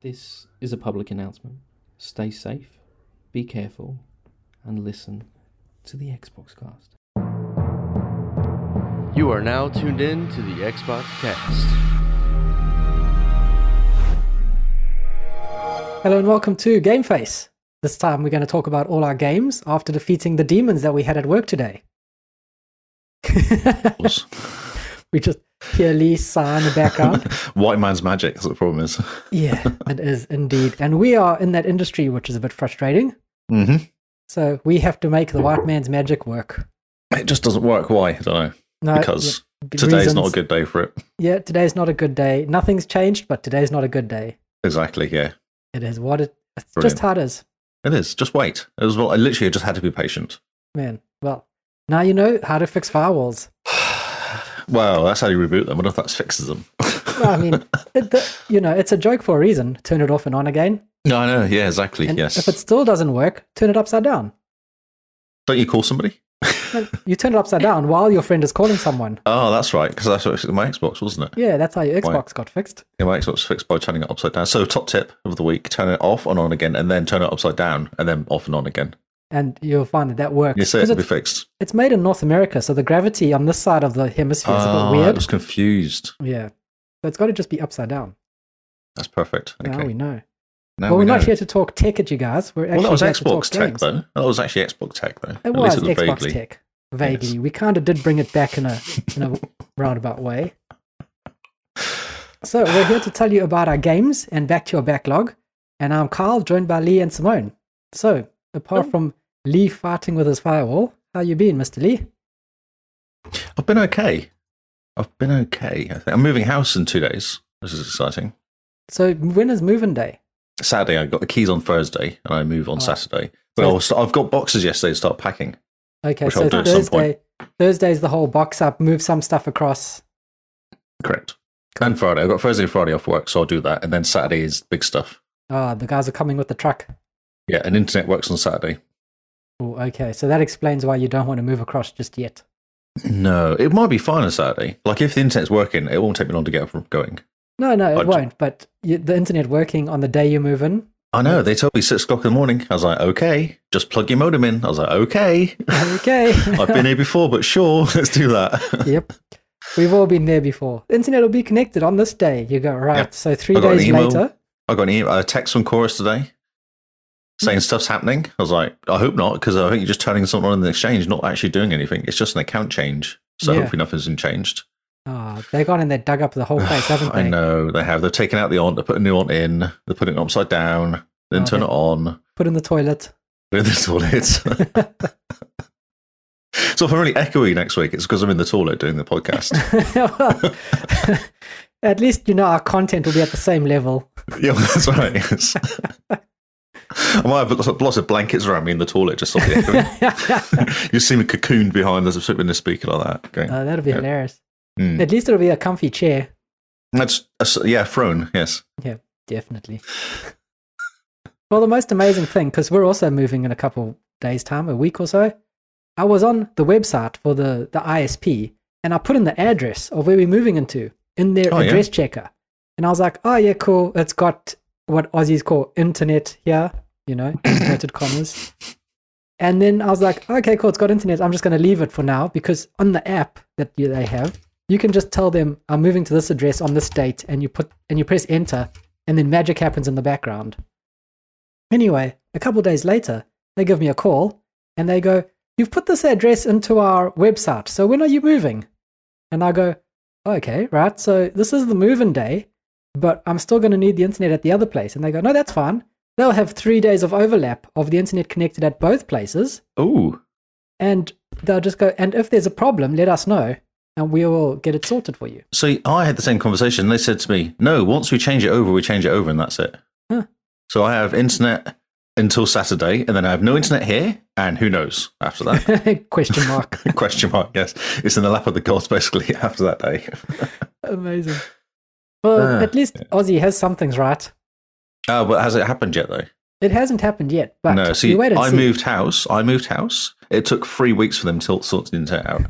This is a public announcement. Stay safe, be careful, and listen to the Xbox cast. You are now tuned in to the Xbox Cast. Hello and welcome to Game Face. This time we're going to talk about all our games after defeating the demons that we had at work today. we just hear Lee sigh in the background. White man's magic. That's what the problem is. yeah, it is indeed. And we are in that industry, which is a bit frustrating. hmm Mm-hmm. So we have to make the white man's magic work. It just doesn't work. Why? I don't know. No, because yeah, b- today's not a reasons. good day for it. Yeah, today's not a good day. Nothing's changed, but today's not a good day. Exactly. Yeah. It is what it. It's Brilliant. just how it is, It is. Just wait. It was. Well, I literally just had to be patient. man. Well, now you know how to fix firewalls. Well, that's how you reboot them. I wonder if that fixes them. Well, I mean, it, the, you know, it's a joke for a reason. Turn it off and on again. no, I know. Yeah, exactly. And yes. if it still doesn't work, turn it upside down. Don't you call somebody? No, You turn it upside down while your friend is calling someone. Oh, that's right. Because that's what it was in my Xbox, wasn't it? Yeah, that's how your Xbox Why? got fixed. Yeah, my Xbox was fixed by turning it upside down. So, top tip of the week: turn it off and on again, and then turn it upside down, and then off and on again. And you'll find that that works. You see, 'Cause it'll be it's, fixed. it's made in North America, so the gravity on this side of the hemisphere is a Oh, bit I weird. was confused. Yeah. So it's got to just be upside down. That's perfect. Okay. Now we know. Now well, we're we not know. here to talk tech at you guys. We're actually Well, that was here to talk Xbox tech, games. though. That was actually Xbox tech, though. It At was least it was Xbox vaguely. tech. Vaguely. We kind of did bring it back in a, in a roundabout way. So we're here to tell you about our games and back to your backlog. And I'm Carl, joined by Lee and Simone. So, apart from Lee farting with his firewall, how you been, Mr. Lee? I've been okay. I've been okay. I think. I'm moving house in two days. This is exciting. So, when is moving day? Saturday, I got the keys on Thursday, and I move on Oh. Saturday. But I'll st- I've got boxes yesterday to start packing. Okay, Which so I'll do at some Thursday. Thursday's the whole box up, move some stuff across. Correct. And Friday, I've got Thursday and Friday off work, so I'll do that. And then Saturday is big stuff. Ah, the guys are coming with the truck. Yeah, and internet works on Saturday. Oh, okay. So that explains why you don't want to move across just yet. No, it might be fine on Saturday. Like if the internet's working, it won't take me long to get up and going. No, no, it But- won't. But you, the internet working on the day you move in, I know. They told me six o'clock in the morning. I was like, okay, just plug your modem in. I was like, okay. okay. I've been here before, but sure, let's do that. yep. We've all been there before. Internet will be connected on this day. You go, right. Yep. So three I got an days email. later. I got an email, a text from Chorus today saying Hmm. stuff's happening. I was like, I hope not, because I think you're just turning something on in the exchange, not actually doing anything. It's just an account change. So Yeah. hopefully nothing's been changed. Ah, they gone and they dug up the whole place, haven't they? I know they have. They've taken out the aunt, they put a new aunt in, they're putting it upside down, then Oh, turn they- it on, Put in the toilet. put it in the toilet. so if I'm really echoey next week, it's because I'm in the toilet doing the podcast. Well, at least you know our content will be at the same level. Yeah, that's right. Yes. I might have lots of blankets around me in the toilet just so the Ah, echoing. you see me cocooned behind us, sitting in the speaker like that. Going, Uh, that'll be Yeah. hilarious. Hmm. At least it'll be a comfy chair. That's a s yeah, throne. Yes, Definitely. well, the most amazing thing, because we're also moving in a couple days' time, a week or so, I was on the website for the, the ISP and I put in the address of where we're moving into in their Oh, yeah. address checker. And I was like, oh, yeah, cool. It's got what Aussies call internet here, you know, inverted commas. And then I was like, okay, cool, it's got internet. I'm just going to leave it for now because on the app that you, they have, you can just tell them I'm moving to this address on this date, and you put and you press enter, and then magic happens in the background. Anyway, a couple days later, they give me a call and they go, "You've put this address into our website, so when are you moving?" And I go, "Oh, "Okay, right. So this is the move-in day, but I'm still going to need the internet at the other place." And they go, "No, that's fine. They'll have three days of overlap of the internet connected at both places." Ooh, and they'll just go and if there's a problem let us know and we will get it sorted for you so I had the same conversation. They said to me, "No, once we change it over, we change it over, and that's it." Huh. So I have internet until Saturday, and then I have no internet here, and who knows after that? question mark Question mark. Yes, it's in the lap of the gods basically after that day. amazing well Ah, at least aussie has some things right Oh, but has it happened yet though? it hasn't happened yet but no, see, we wait and I see. moved house. I moved house. It took three weeks for them to sort the internet out,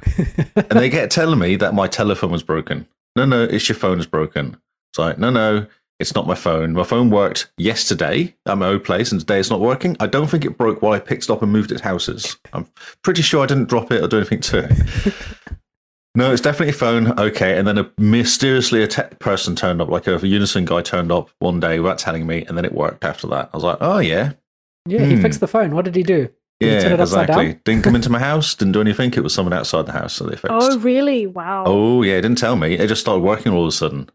and they get telling me that my telephone was broken. No, no, it's your phone is broken. It's like, no, no, It's not my phone. My phone worked yesterday at my old place, and today it's not working. I don't think it broke while I picked it up and moved it houses. I'm pretty sure I didn't drop it or do anything to it. no, it's definitely a phone. Okay, and then a mysteriously a tech person turned up, like a Unison guy turned up one day without telling me, and then it worked after that. I was like, oh yeah, Yeah, he Hmm. fixed the phone. What did he do? Did he yeah, turn it upside exactly. down? Didn't come into my house. Didn't do anything. It was someone outside the house that they fixed. Oh, really? Wow. Oh yeah, it didn't tell me. It just started working all of a sudden,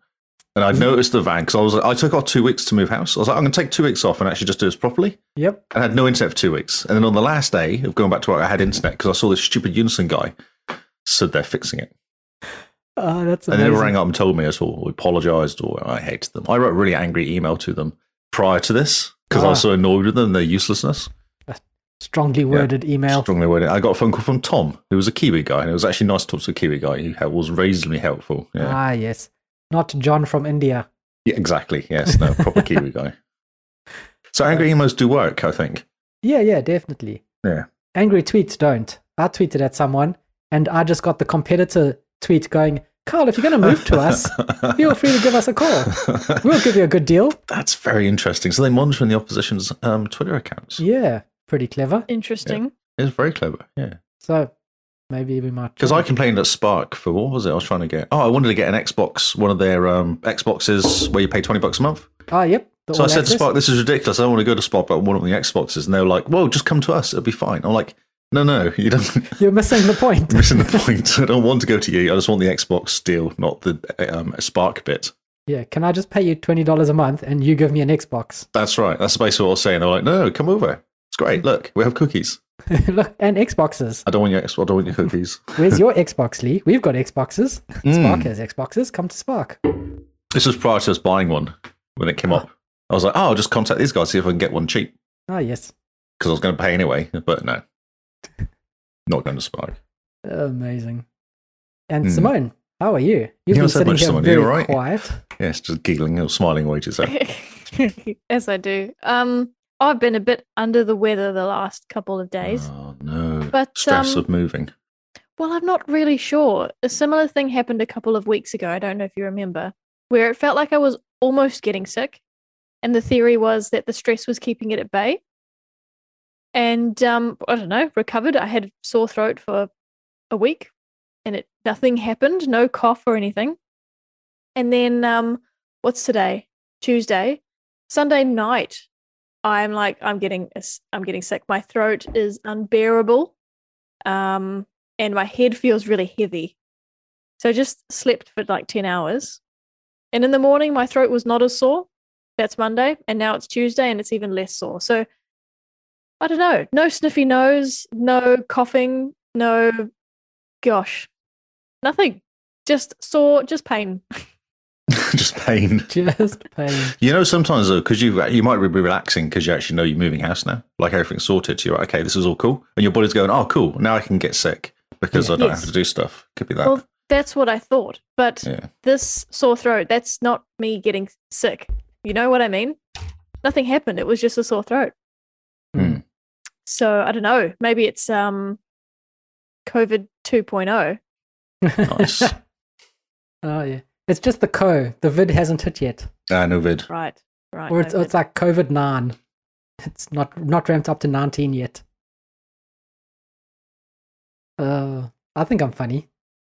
and Mm-hmm. I noticed the van because I was I took off two weeks to move house. I was like, I'm going to take two weeks off and actually just do this properly. Yep. And I had no internet for two weeks, and then on the last day of going back to work, I had internet because I saw this stupid Unison guy said they're fixing it, Oh, that's and amazing. they never rang up and told me at all. We apologized, or I hated them. I wrote a really angry email to them prior to this because I was Ah. so annoyed with them and their uselessness. Strongly worded email. Strongly worded. I got a phone call from Tom, who was a Kiwi guy, and it was actually nice to talk to a Kiwi guy. He was reasonably helpful. Yeah. Ah, yes. Not John from India. Yeah, exactly. Yes, no, proper Kiwi guy. So angry emos do work, I think. Yeah, yeah, definitely. Yeah. Angry tweets don't. I tweeted at someone and I just got the competitor tweet going, Carl, if you're going to move to us, feel free to give us a call. We'll give you a good deal. That's very interesting. So they monitor the opposition's um, Twitter accounts. Yeah, pretty clever. Interesting. It's very clever. Yeah. So maybe we might. Because I complained at Spark for what was it? I was trying to get. Oh, I wanted to get an Xbox, one of their um, Xboxes where you pay twenty bucks a month. Ah, yep. the So I all said to access. Spark, "This is ridiculous. I don't want to go to Spark, but I want one of the Xboxes." And they were like, "Whoa, just come to us. It'll be fine." I'm like, "No, no, you don't." You're missing the point. missing the point. I don't want to go to you. I just want the Xbox deal, not the um, Spark bit. Yeah, can I just pay you twenty dollars a month and you give me an Xbox? That's right. That's basically what I was saying. They're like, no, no, come over. It's great. Look, we have cookies. Look, and Xboxes. I don't want your Xbox. I don't want your cookies. Where's your Xbox, Lee? We've got Xboxes. Spark Mm. has Xboxes. Come to Spark. This was prior to us buying one when it came up. I was like, oh, I'll just contact these guys, see if I can get one cheap Ah, yes. because I was going to pay anyway. But no, not going to Spark. Amazing. And Hmm. Simone, how are you? You've Yeah, been what's up, sitting much, here Simone? You very all right? quiet. Yes, just giggling or smiling wages out. As I do. Um, I've been a bit under the weather the last couple of days. Oh, no. But, Stress um, of moving. Well, I'm not really sure. A similar thing happened a couple of weeks ago. I don't know if you remember, where it felt like I was almost getting sick. And the theory was that the stress was keeping it at bay. And um, I don't know, recovered. I had sore throat for a week and it nothing happened, no cough or anything. And then um, what's today? Tuesday. Sunday night, I'm like, I'm getting s- I'm getting sick. My throat is unbearable. Um, and my head feels really heavy. So I just slept for like 10 hours. And in the morning, my throat was not as sore. That's Monday. And now it's Tuesday and it's even less sore. So I don't know. No sniffy nose, no coughing, no gosh, nothing. Just sore, just pain. just pain. Just pain. You know, sometimes though, because you you might be relaxing because you actually know you're moving house now. Like everything's sorted. You're like, okay, this is all cool, and your body's going, oh, cool. Now I can get sick because Yeah. I don't Yes. have to do stuff. Could be that. Well, that's what I thought. But yeah. this sore throat, that's not me getting sick. You know what I mean? Nothing happened. It was just a sore throat. Hmm. So I don't know. Maybe it's um COVID oh. 2.0. Nice. oh yeah. It's just the co. The vid hasn't hit yet. Ah, no vid. Right. Right. Or it's, no, it's like COVID nine. It's not not ramped up to nineteen yet. Uh, I think I'm funny.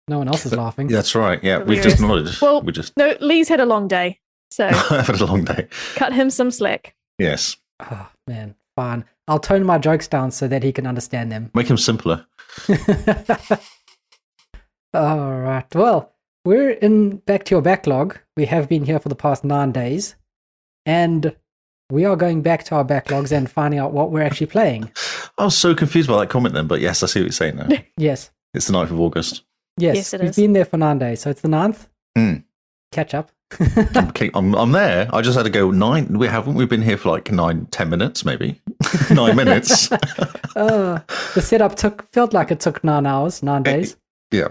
No one else is laughing. That's right. Yeah, we've just nodded. Well- we just that- no, Lee's had a long day. So had a long day. cut him some slack. Yes, Oh man, fine. I'll tone my jokes down so that he can understand them. make him simpler. All right. Well, we're in back to your backlog. We have been here for the past nine days, and we are going back to our backlogs and finding out what we're actually playing. I was so confused by that comment then, but yes, I see what you're saying now. Yes, it's the 9th of August. yes, Yes, it we've is. been there for nine days, so it's the ninth. Mm. Catch up. I'm, keep- I'm, I'm there. I just had to go nine. We haven't. We've been here for like nine, ten minutes, maybe nine minutes. Uh, the setup took felt like it took nine hours, nine days. yeah.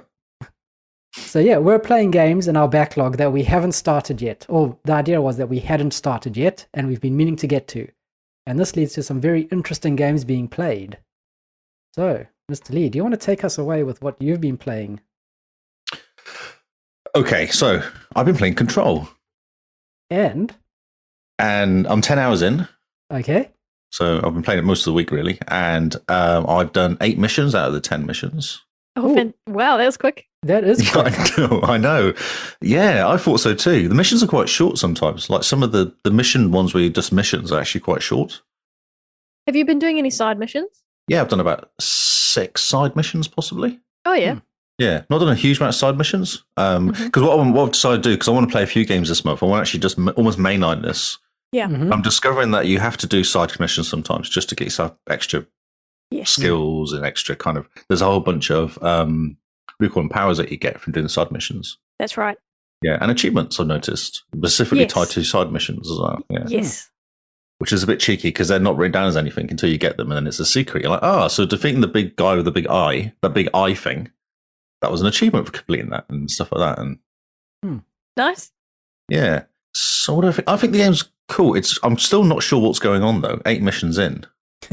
So yeah, we're playing games in our backlog that we haven't started yet. Or the idea was that we hadn't started yet and we've been meaning to get to. And this leads to some very interesting games being played. So, Mr. Lee, do you want to take us away with what you've been playing? Okay, so I've been playing Control. And and I'm 10 hours in. Okay. So I've been playing it most of the week, really. And um, I've done eight missions out of the 10 missions. Oh, Ooh. fan- wow, that was quick. That is quick. I know, I know. Yeah, I thought so too. The missions are quite short sometimes. Like some of the, the mission ones where you just missions are actually quite short. Have you been doing any side missions? Yeah, I've done about six side missions possibly. Oh yeah. Hmm. Yeah, not done a huge amount of side missions. Because Mhm. what, I'm- what I've decided to do, because I want to play a few games this month, I want to actually just m- almost mainline this. Yeah. Mhm. I'm discovering that you have to do side missions sometimes just to get yourself extra Yes. Mm. skills and extra kind of. There's a whole bunch of um, what do you call them powers that you get from doing the side missions. That's right. Yeah, and achievements I've noticed specifically Yes. tied to side missions as well. Yeah, Yes. which is a bit cheeky because they're not written down as anything until you get them, and then it's a secret. You're like, oh, so defeating the big guy with the big eye, that big eye thing, that was an achievement for completing that and stuff like that. And Nice. yeah, so what do I think? I think the game's cool. It's I'm still not sure what's going on though. Eight missions in.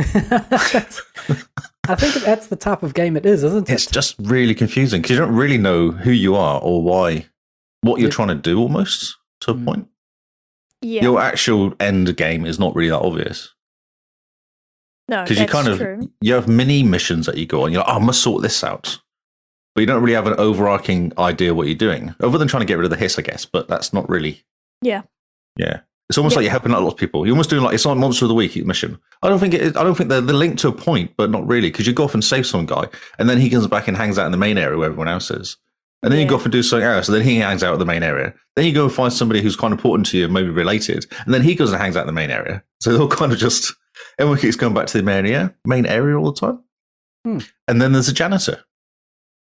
I think that's the type of game it is, isn't it? it's just really confusing because you don't really know who you are or why what you're Yeah. trying to do almost to a Mm. point Yeah. your actual end game is not really that obvious no, because Uh, that's you kind of true. you have mini missions that you go on you're like oh, i must sort this out but you don't really have an overarching idea what you're doing other than trying to get rid of the hiss i guess but that's not really Yeah. yeah it's almost Yeah. like you're helping out a lot of people. You're almost doing like it's like Monster of the Week mission. I don't think it. is- I don't think they're, they're linked to a point, but not really because you go off and save some guy, and then he comes back and hangs out in the main area where everyone else is. And then you go Yeah. off and do something else, and then he hangs out at the main area. Then you go and find somebody who's kind of important to you, maybe related, and then he goes and hangs out in the main area. So they're all kind of just everyone keeps going back to the main area, main area all the time. Hmm. And then there's a janitor,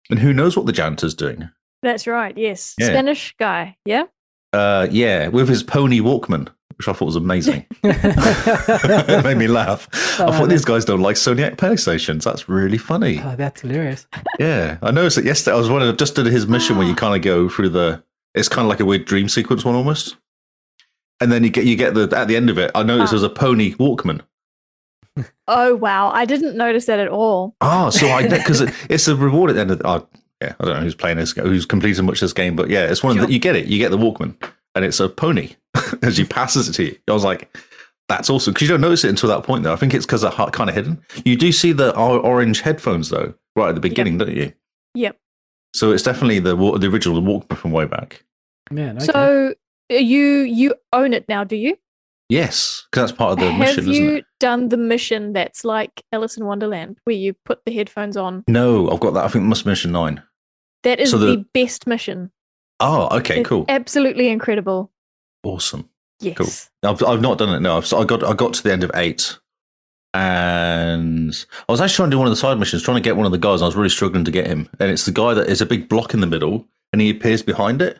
and who knows what the janitor's doing? That's right. Yes. Yeah. Spanish guy. Yeah. Uh, yeah, with his pony Walkman, which I thought was amazing. it made me laugh. I Oh, thought these guys don't like Sonic PlayStations. That's really funny. Oh, that's hilarious. Yeah, I noticed that yesterday. I was one of just did his mission where you kind of go through the. It's kind of like a weird dream sequence one almost. And then you get you get the at the end of it. I noticed Ah. there's a pony Walkman. Oh wow, I didn't notice that at all. Ah, so I because it, it's a reward at the end of. Oh, yeah, I don't know who's playing this, who's completing much of this game, but yeah, it's one of Sure. the, you get it. You get the Walkman, and it's a pony as he passes it to you. I was like, that's awesome because you don't notice it until that point though. I think it's because they're kind of hidden. You do see the o- orange headphones though, right at the beginning, don't you? Yep. So it's definitely the wa- the original Walkman from way back. Man, okay. So uh, you you own it now, do you? Yes, because that's part of the Have mission, you isn't it? done the mission that's like Alice in Wonderland, where you put the headphones on? No, I've got that. I think it must be mission nine. That is So the, the- best mission. Oh, okay, It's cool, Absolutely incredible. awesome. Yes. I've, I've not done it. No, I've, so I got I got to the end of eight, and I was actually trying to do one of the side missions, trying to get one of the guys. And I was really struggling to get him, and it's the guy that is a big block in the middle, and he appears behind it.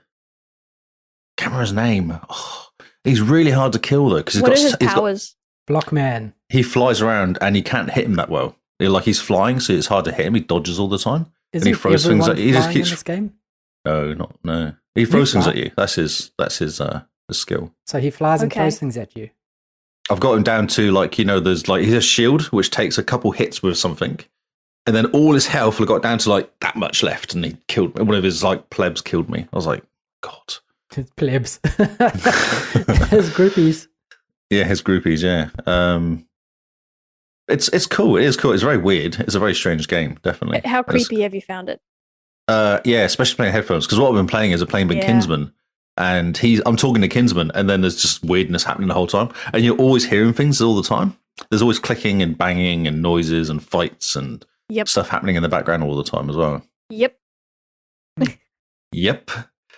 Camera's name. Oh, he's really hard to kill though because he's What got are his s- he's got- powers? Block man. he flies around and you can't hit him that well. He- Like he's flying, so it's hard to hit him. He dodges all the time. Is And he throws things at- he just keeps- in this game? No, not no. He throws things fly? at you. That's his. That's his. Uh, his skill. So he flies and Okay. throws things at you. I've got him down to like you know there's like he's a shield E which takes a couple hits with something, and then all his health I got down to like that much left, and he killed me. One of his like plebs killed me. I was like, God. His plebs. His groupies. Yeah, his groupies. Yeah. Um, it's it's cool. It is cool. It's very weird. It's a very strange game, definitely. How It's- creepy have you found it? Uh, yeah, especially playing headphones because what I've been playing is a playing been Yeah. Kinsman, and he's I'm talking to Kinsman, and then there's just weirdness happening the whole time, and you're always hearing things all the time. There's always clicking and banging and noises and fights and Yep. stuff happening in the background all the time as well. Yep. Yep.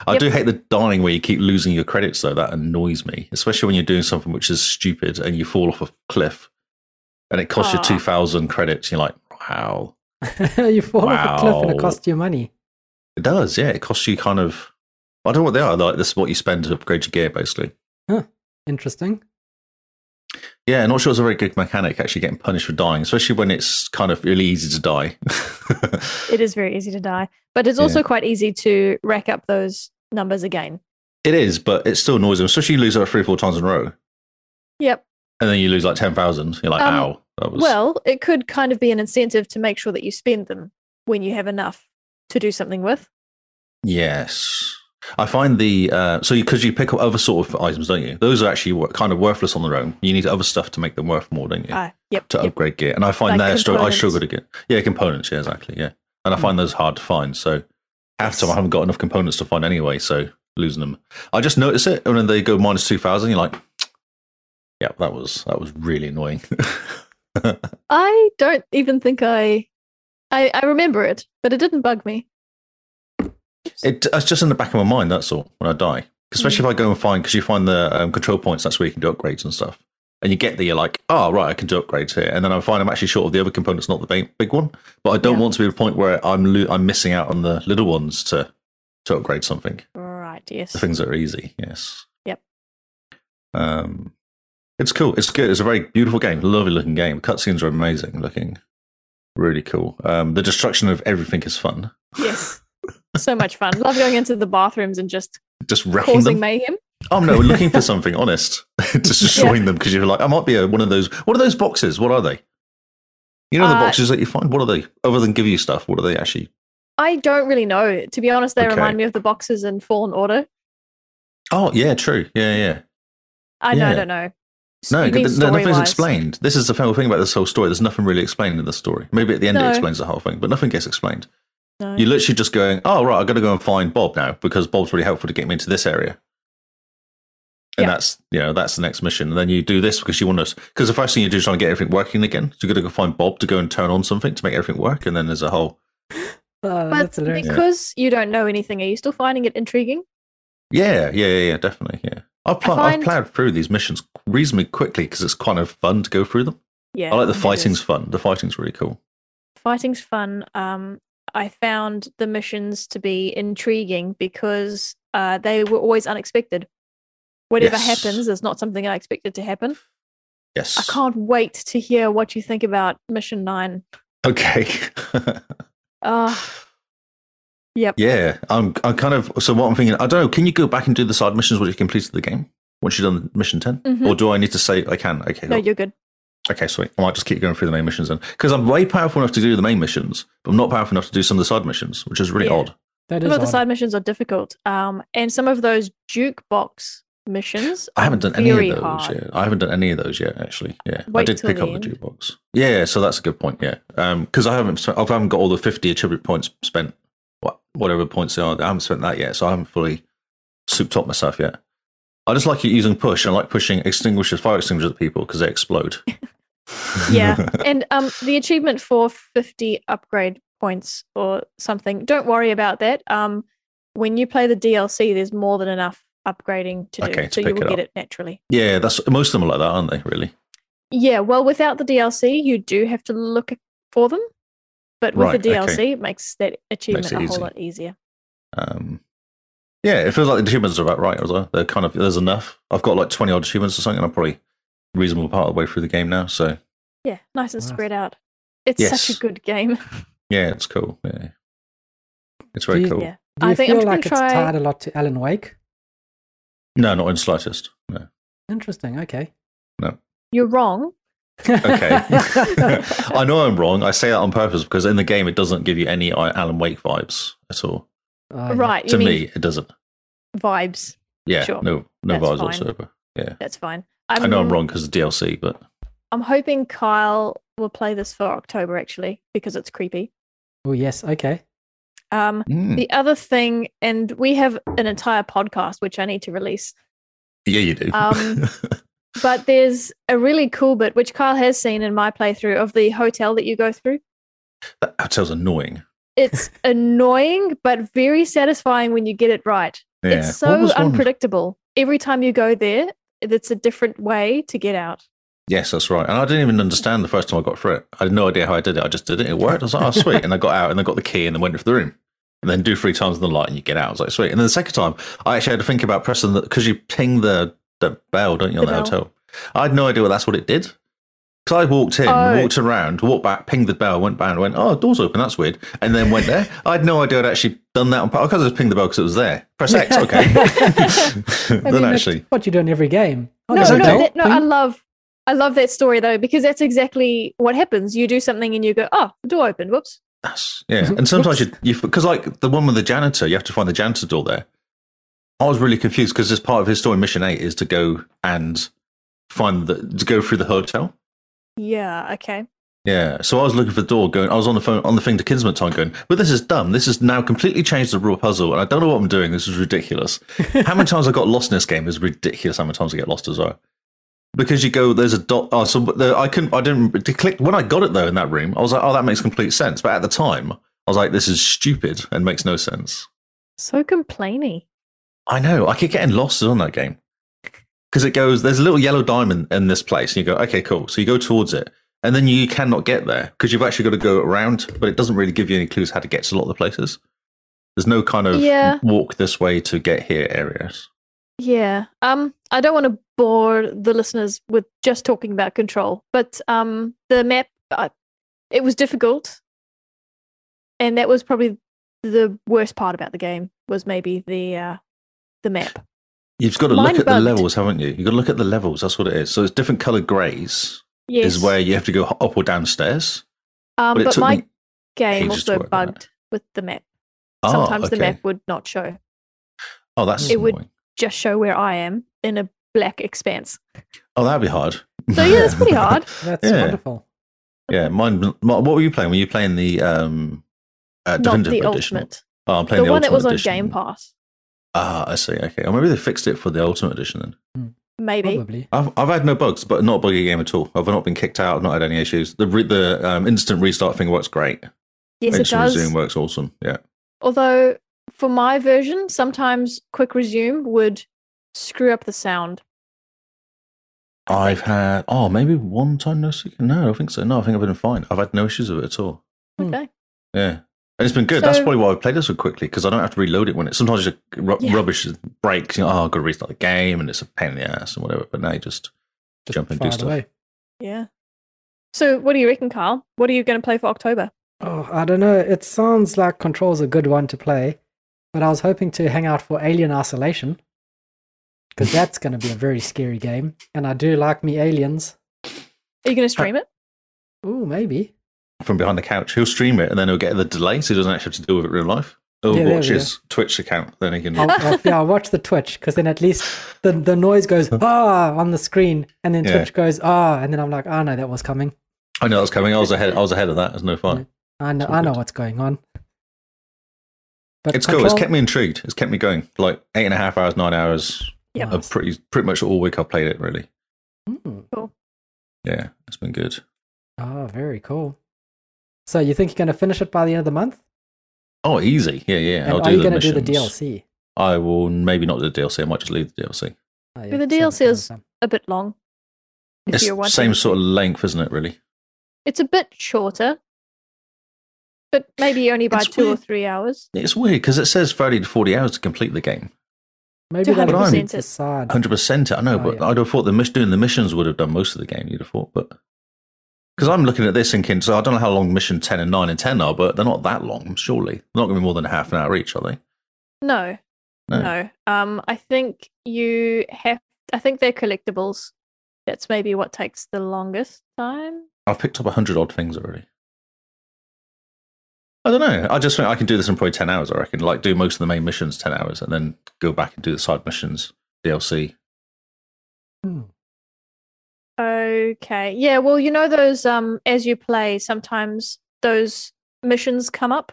I Yep. do hate the dying where you keep losing your credits though. That annoys me, especially when you're doing something which is stupid and you fall off a cliff, and it costs Aw. you two thousand credits. You're like, wow. you fall off a cliff and it Wow. costs you money. It does, yeah. It costs you kind of. I don't know what they are. Like this is what you spend to upgrade your gear, basically. Interesting. Yeah, not sure it's a very good mechanic actually getting punished for dying, especially when it's kind of really easy to die. It is very easy to die, but it's Yeah. also quite easy to rack up those numbers again. it is, but it still annoys them. Especially you lose like three or four times in a row, Yep. and then you lose like ten thousand. You're like, Um, ow, that was Well, it could kind of be an incentive to make sure that you spend them when you have enough to do something with. yes. I find the uh, so because you pick up other sort of items, don't you? Those are actually wor- kind of worthless on their own. You need other stuff to make them worth more, don't you? Ah, yep. to yep. upgrade gear. And I find Like they're struggle. I components. Mm. struggle to get yeah components. Yeah, exactly. Yeah, and I find those hard to find. So half the time I haven't got enough components to find anyway. So losing them, I just notice it, and then they go minus two thousand. You're like, yeah, that was that was really annoying. I don't even think I, I, I remember it, but it didn't bug me. it, it's just in the back of my mind. That's all. When I die, especially if I go and find because you find the um, control points. That's where you can do upgrades and stuff. And you get there, you're like, oh right, I can do upgrades here. And then I find I'm actually short of the other components, not the big, big one. But I don't Yeah. want to be at a point where I'm lo- I'm missing out on the little ones to to upgrade something. Right. Yes. the things that are easy. Yes. Yep. Um, it's cool. It's good. It's a very beautiful game. Lovely looking game. Cutscenes are amazing looking. Really cool. Um, the destruction of everything is fun. Yes. So much fun. Love going into the bathrooms and just Just wrecking causing them. mayhem. oh no, we're looking for something. Honest, just destroying them because you're like, I might be a, one of those. What are those boxes? What are they? You know the Uh, boxes that you find. What are they? Other than give you stuff, what are they actually? I don't really know. To be honest, they Okay. remind me of the boxes in Fallen Order. Oh yeah, true. Yeah, yeah. I know. I Yeah. don't know. No, You mean th- no, nothing's story-wise. explained. This is the final thing about this whole story. There's nothing really explained in the story. Maybe at the end No. it explains the whole thing, but nothing gets explained. No. You're literally just going, oh, right, I've got to go and find Bob now because Bob's really helpful to get me into this area. And Yeah. that's, you know, that's the next mission. And then you do this because you want to, because the first thing you do is try and get everything working again. So you've got to go find Bob to go and turn on something to make everything work. And then there's a whole, Oh, but that's hilarious. because you don't know anything, are you still finding it intriguing? yeah, yeah, yeah, yeah definitely. Yeah. I've, pl- find- I've plowed through these missions reasonably quickly because it's kind of fun to go through them. Yeah. I like the it is. fighting's fun. The fighting's really cool. Fighting's fun. Um, I found the missions to be intriguing because uh, they were always unexpected. Whatever Yes. happens is not something I expected to happen. Yes. I can't wait to hear what you think about Mission Nine. Okay. Uh, yep. Yeah, I'm. I'm kind of. So what I'm thinking, I don't know. Can you go back and do the side missions once you have completed the game, once you've done mission 10 Mhm. or do I need to say I can? Okay, No, cool. you're good. okay, sweet. I might just keep going through the main missions then, because I'm way powerful enough to do the main missions, but I'm not powerful enough to do some of the side missions, which is really Yeah. odd. That Some is of the odd. side missions are difficult, um, and some of those jukebox missions. I are haven't done any of very those hard. yet. I haven't done any of those yet, actually. Yeah, Wait I did till pick the up end. the jukebox. Yeah, so that's a good point. Yeah, because I haven't. Spent, I haven't got all the fifty attribute points spent. What whatever points they are, I haven't spent that yet. So I haven't fully souped up myself yet. I just like using push. and I like pushing extinguishers, fire extinguishers at people because they explode. Yeah, and um, the achievement for 50 upgrade points or something. Don't worry about that. Um, when you play the DLC, there's more than enough upgrading to do, Okay, to so you pick will it get up. it naturally. yeah, that's most of them are like that, aren't they? Really? Yeah, well, without the DLC, you do have to look for them, but with Right, the okay. DLC, it makes that achievement it a easy. whole lot easier. Um, yeah, it feels like the achievements are about right as well. They're kind of there's enough. I've got like twenty odd achievements or something, and I'm probably a reasonable part of the way through the game now. So Yeah, nice and Nice. spread out. It's such Yes. a good game. Yeah, it's cool. Yeah, it's very Do you- cool. Yeah. Do I you think I'm feel just gonna like try- it's tied a lot to Alan Wake? No, not in slightest. No. Interesting. Okay. You're wrong. Okay. Oh, I know I'm wrong. I say that on purpose because in the game it doesn't give you any I- Alan Wake vibes at all. Oh, yeah. right. to you me, mean it doesn't. vibes. Yeah, Sure. no, no That's vibes fine. whatsoever. Yeah, That's fine. i know I'm wrong because of DLC, but I'm hoping Kyle will play this for October actually, because it's creepy. Oh yes. Okay. Um, Mm. the other thing, and we have an entire podcast which I need to release, yeah, you do. Um, but there's a really cool bit which Kyle has seen in my playthrough of the hotel that you go through. that hotel's annoying. It's annoying, but very satisfying when you get it right. Yeah. It's What so was one- unpredictable. Every time you go there, it's a different way to get out. Yes, that's right. And I didn't even understand the first time I got through it. I had no idea how I did it. I just did it. It worked. I was like, oh, sweet. And I got out and I got the key and then went into the room. And then do three times in the light and you get out. I was like, sweet. And then the second time, I actually had to think about pressing the, because you ping the, the bell, don't you, on The the, bell. hotel? I had no idea what that's what it did. Because I walked in, Oh. walked around, walked back, pinged the bell, went back and went, oh, door's open. That's weird. And then went there. I had no idea I'd actually done that. On, I could have just pinged the bell because it was there. Press X. Okay. I mean, then that's actually. what you do in every game. Oh, no, there's no, a bell. that, no. I Ping. love, I love that story though because that's exactly what happens. You do something and you go, "Oh, the door opened. Whoops." That's yeah. And sometimes you you because like the one with the janitor, you have to find the janitor door there. I was really confused because as part of his story, mission eight is to go and find the to go through the hotel. Yeah, okay. Yeah. So I was looking for the door going, I was on the phone on the thing to Kinsman time going, but this is dumb. This has now completely changed the rule puzzle and I don't know what I'm doing. This is ridiculous. how many times I got lost in this game is ridiculous how many times I get lost as well. Because you go, there's a dot. Oh, so the, I couldn't, I didn't to click. When I got it though in that room, I was like, oh, that makes complete sense. But at the time, I was like, this is stupid and makes no sense. So complainy. I know. I keep getting lost on that game because it goes. There's a little yellow diamond in this place, and you go, okay, cool. So you go towards it, and then you cannot get there because you've actually got to go around. But it doesn't really give you any clues how to get to a lot of the places. There's no kind of Yeah. walk this way to get here areas. Yeah. Um, I don't want to bore the listeners with just talking about control, but um, the map uh, it was difficult, and that was probably the worst part about the game was maybe the uh, the map. You've got to Mine look at bugged. the levels, haven't you? You've got to look at the levels. That's what it is. So it's different colored grays Yes. is where you have to go up or downstairs. um, but it but took my me game ages to also work on that. bugged with the map. Ah, Sometimes the okay. map would not show, Oh, that's It would- annoying. just show where I am in a black expanse. Oh, that'd be hard. So yeah, that's pretty hard. That's Yeah. wonderful. Yeah, mine. mi- What were you playing? Were you playing the um, uh, not definitive the edition? ultimate, Oh, I'm the, playing the, one that Ultimate was on Edition. Game Pass. Ah, I see. Okay, or maybe they fixed it for the ultimate edition. Then Maybe. Probably. I've I've had no bugs, but not a buggy game at all. I've not been kicked out. I've not had any issues. The re- the um, instant restart thing works great. Yes, it instant does. resume works awesome. Yeah. Although for my version, sometimes quick resume would screw up the sound. I've had oh maybe one time no sick. No, I don't think so. No, I think I've been fine. I've had no issues with it at all. Hmm. Okay. Yeah. And it's been good. That's So- probably why I played it so quickly because I don't have to reload it when it sometimes just ru- Yeah. rubbish breaks. You know, oh, I've got to restart the game and it's a pain in the ass and whatever. But now you just Just Jump and do fire it stuff. away. Yeah. So what do you reckon, Carl? What are you going to play for October? Oh, I don't know. It sounds like Control's a good one to play, but I was hoping to hang out for Alien Isolation because that's going to be a very scary game, and I do like me aliens. Are you going to stream it? Ooh, maybe. from behind the couch. He'll stream it and then he'll get the delay so he doesn't actually have to deal with it in real life. He'll Yeah, there watch we his Twitch account. Then he can. I'll, I'll, yeah, I'll watch the Twitch because then at least the, the noise goes ah on the screen, and then Yeah. Twitch goes ah, and then I'm like, oh no, that was coming. I know that's coming. I was ahead. I was ahead of that. It's no Mm. fun. I know, It's all I know good. what's going on. But It's cool. It's Control- kept me intrigued. It's kept me going. Like eight and a half hours, nine hours Yep. of pretty pretty much all week. I played it really. Mm. Yeah, it's been good. Oh, very cool. So you think you're going to finish it by the end of the month? Oh, easy. Yeah, yeah. And I'll are you do the going to do the missions. DLC? I will maybe not do the DLC. I might just leave the DLC. Oh, the same DLC kind of is- time. A bit long. If It's you're wanting. same sort of length, isn't it? Really? It's a bit shorter, but maybe only by It's two or weird. three hours. It's weird because it says thirty to forty hours to complete the game. Maybe that 200% includes the it. side. Hundred percent. I know, Oh, but yeah. I'd have thought the mission doing the missions would have done most of the game. You'd have thought, but because I'm looking at this thinking, so I don't know how long mission ten and nine and ten are, but they're not that long. Surely they're not going to be more than a half an hour each, are they? No, No. no. Um, I think you have. I think they're collectibles. That's maybe what takes the longest time. I've picked up a hundred odd things already. I don't know. I just think I can do this in probably ten hours. I reckon. Like do most of the main missions ten hours, and then go back and do the side missions DLC. Hmm. Okay. Yeah, well, you know those um as you play, sometimes those missions come up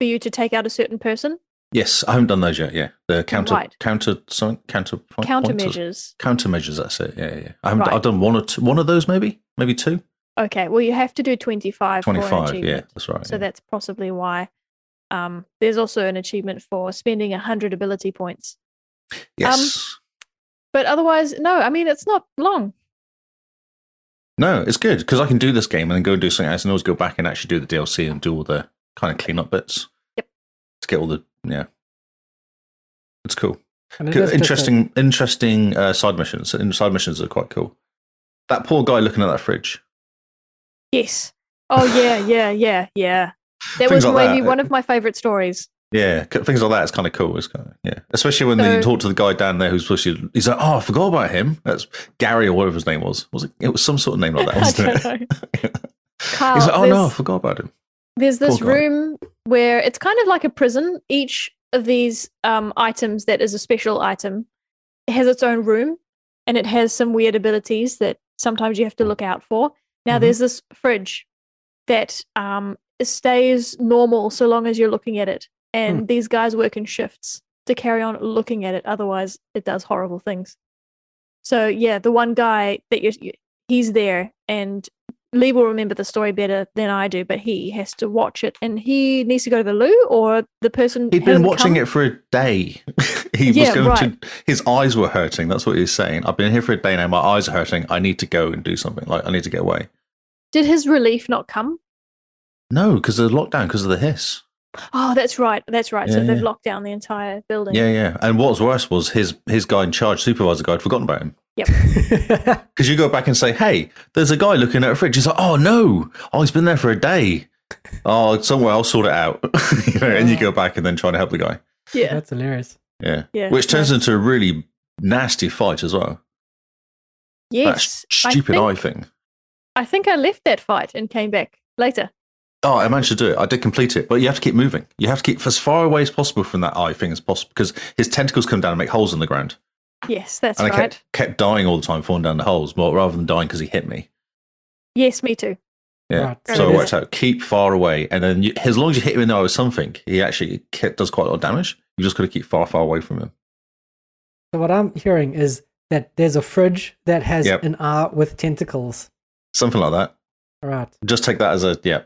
for you to take out a certain person. Yes, I haven't done those yet. Yeah, the counter Right. counter something counter point- pointers? Countermeasures. countermeasures. That's it. Yeah, yeah. yeah. I haven't. Right. I've done one or two, one of those, maybe, maybe two. Okay, well you have to do 25 for an 25 yeah achievement. that's right So yeah. that's possibly why um there's also an achievement for spending 100 ability points. um, yes But otherwise, no, I mean it's not long. no it's good because i can do this game and then go and do something else and always go back and actually do the dlc and do all the kind of cleanup bits Yep. to get all the yeah it's cool And it Good- is just a- interesting interesting uh, side missions and side missions are quite cool that poor guy looking at that fridge Yes. Oh yeah, yeah, yeah, yeah. That Things was like maybe that. one of my favorite stories. yeah, c- things like that. It's kind of cool. It's kind of yeah, especially when they So- talk to the guy down there who's supposed to. He's like, "Oh, I forgot about him." That's Gary or whatever his name was. Was it? It was some sort of name like that, I wasn't don't it? know. Carl, He's like, "Oh no, I there's- forgot about him." There's this Poor guy. room where it's kind of like a prison. Each of these um, items that is a special item it has its own room and it has some weird abilities that sometimes you have to look out for. Now, Mhm. there's this fridge that um, stays normal so long as you're looking at it. And Hmm. these guys work in shifts to carry on looking at it. Otherwise, it does horrible things. So, yeah, the one guy that you're, you- he's there, and Lee will remember the story better than I do, but he has to watch it and he needs to go to the loo or the person. He'd been watching it for a day. he was Yeah, going right. to. His eyes were hurting. That's what he was saying. I've been here for a day now. My eyes are hurting. I need to go and do something. Like I need to get away. Did his relief not come? No, because of the lockdown, because of the hiss. Oh, that's right. That's right. so Yeah, they've yeah. locked down the entire building. Yeah, yeah. And what's worse was his his guy in charge, supervisor guy, had forgotten about him. Because you go back and say, "Hey, there's a guy looking at a fridge." He's like, "Oh no! Oh, he's been there for a day. Oh, somewhere I'll sort it out." you know, And you go back and then try to help the guy. Yeah. That's hilarious. Yeah, yeah. which turns no. into a really nasty fight as well. yes. that stupid I eye think, thing. I think I left that fight and came back later. Oh, I managed to do it. I did complete it, but you have to keep moving. You have to keep as far away as possible from that eye thing as possible because his tentacles come down and make holes in the ground. Yes, that's and I right. kept, kept dying all the time, falling down the holes, more rather than dying because he hit me. Yes, me too. Yeah. Right. So Right. I worked out keep far away, and then you, as long as you hit him in the eye with something, he actually ca- does quite a lot of damage. You just got to keep far, far away from him. So what I'm hearing is that there's a fridge that has Yep. an R with tentacles. Something like that. All right. Just take that as a yeah.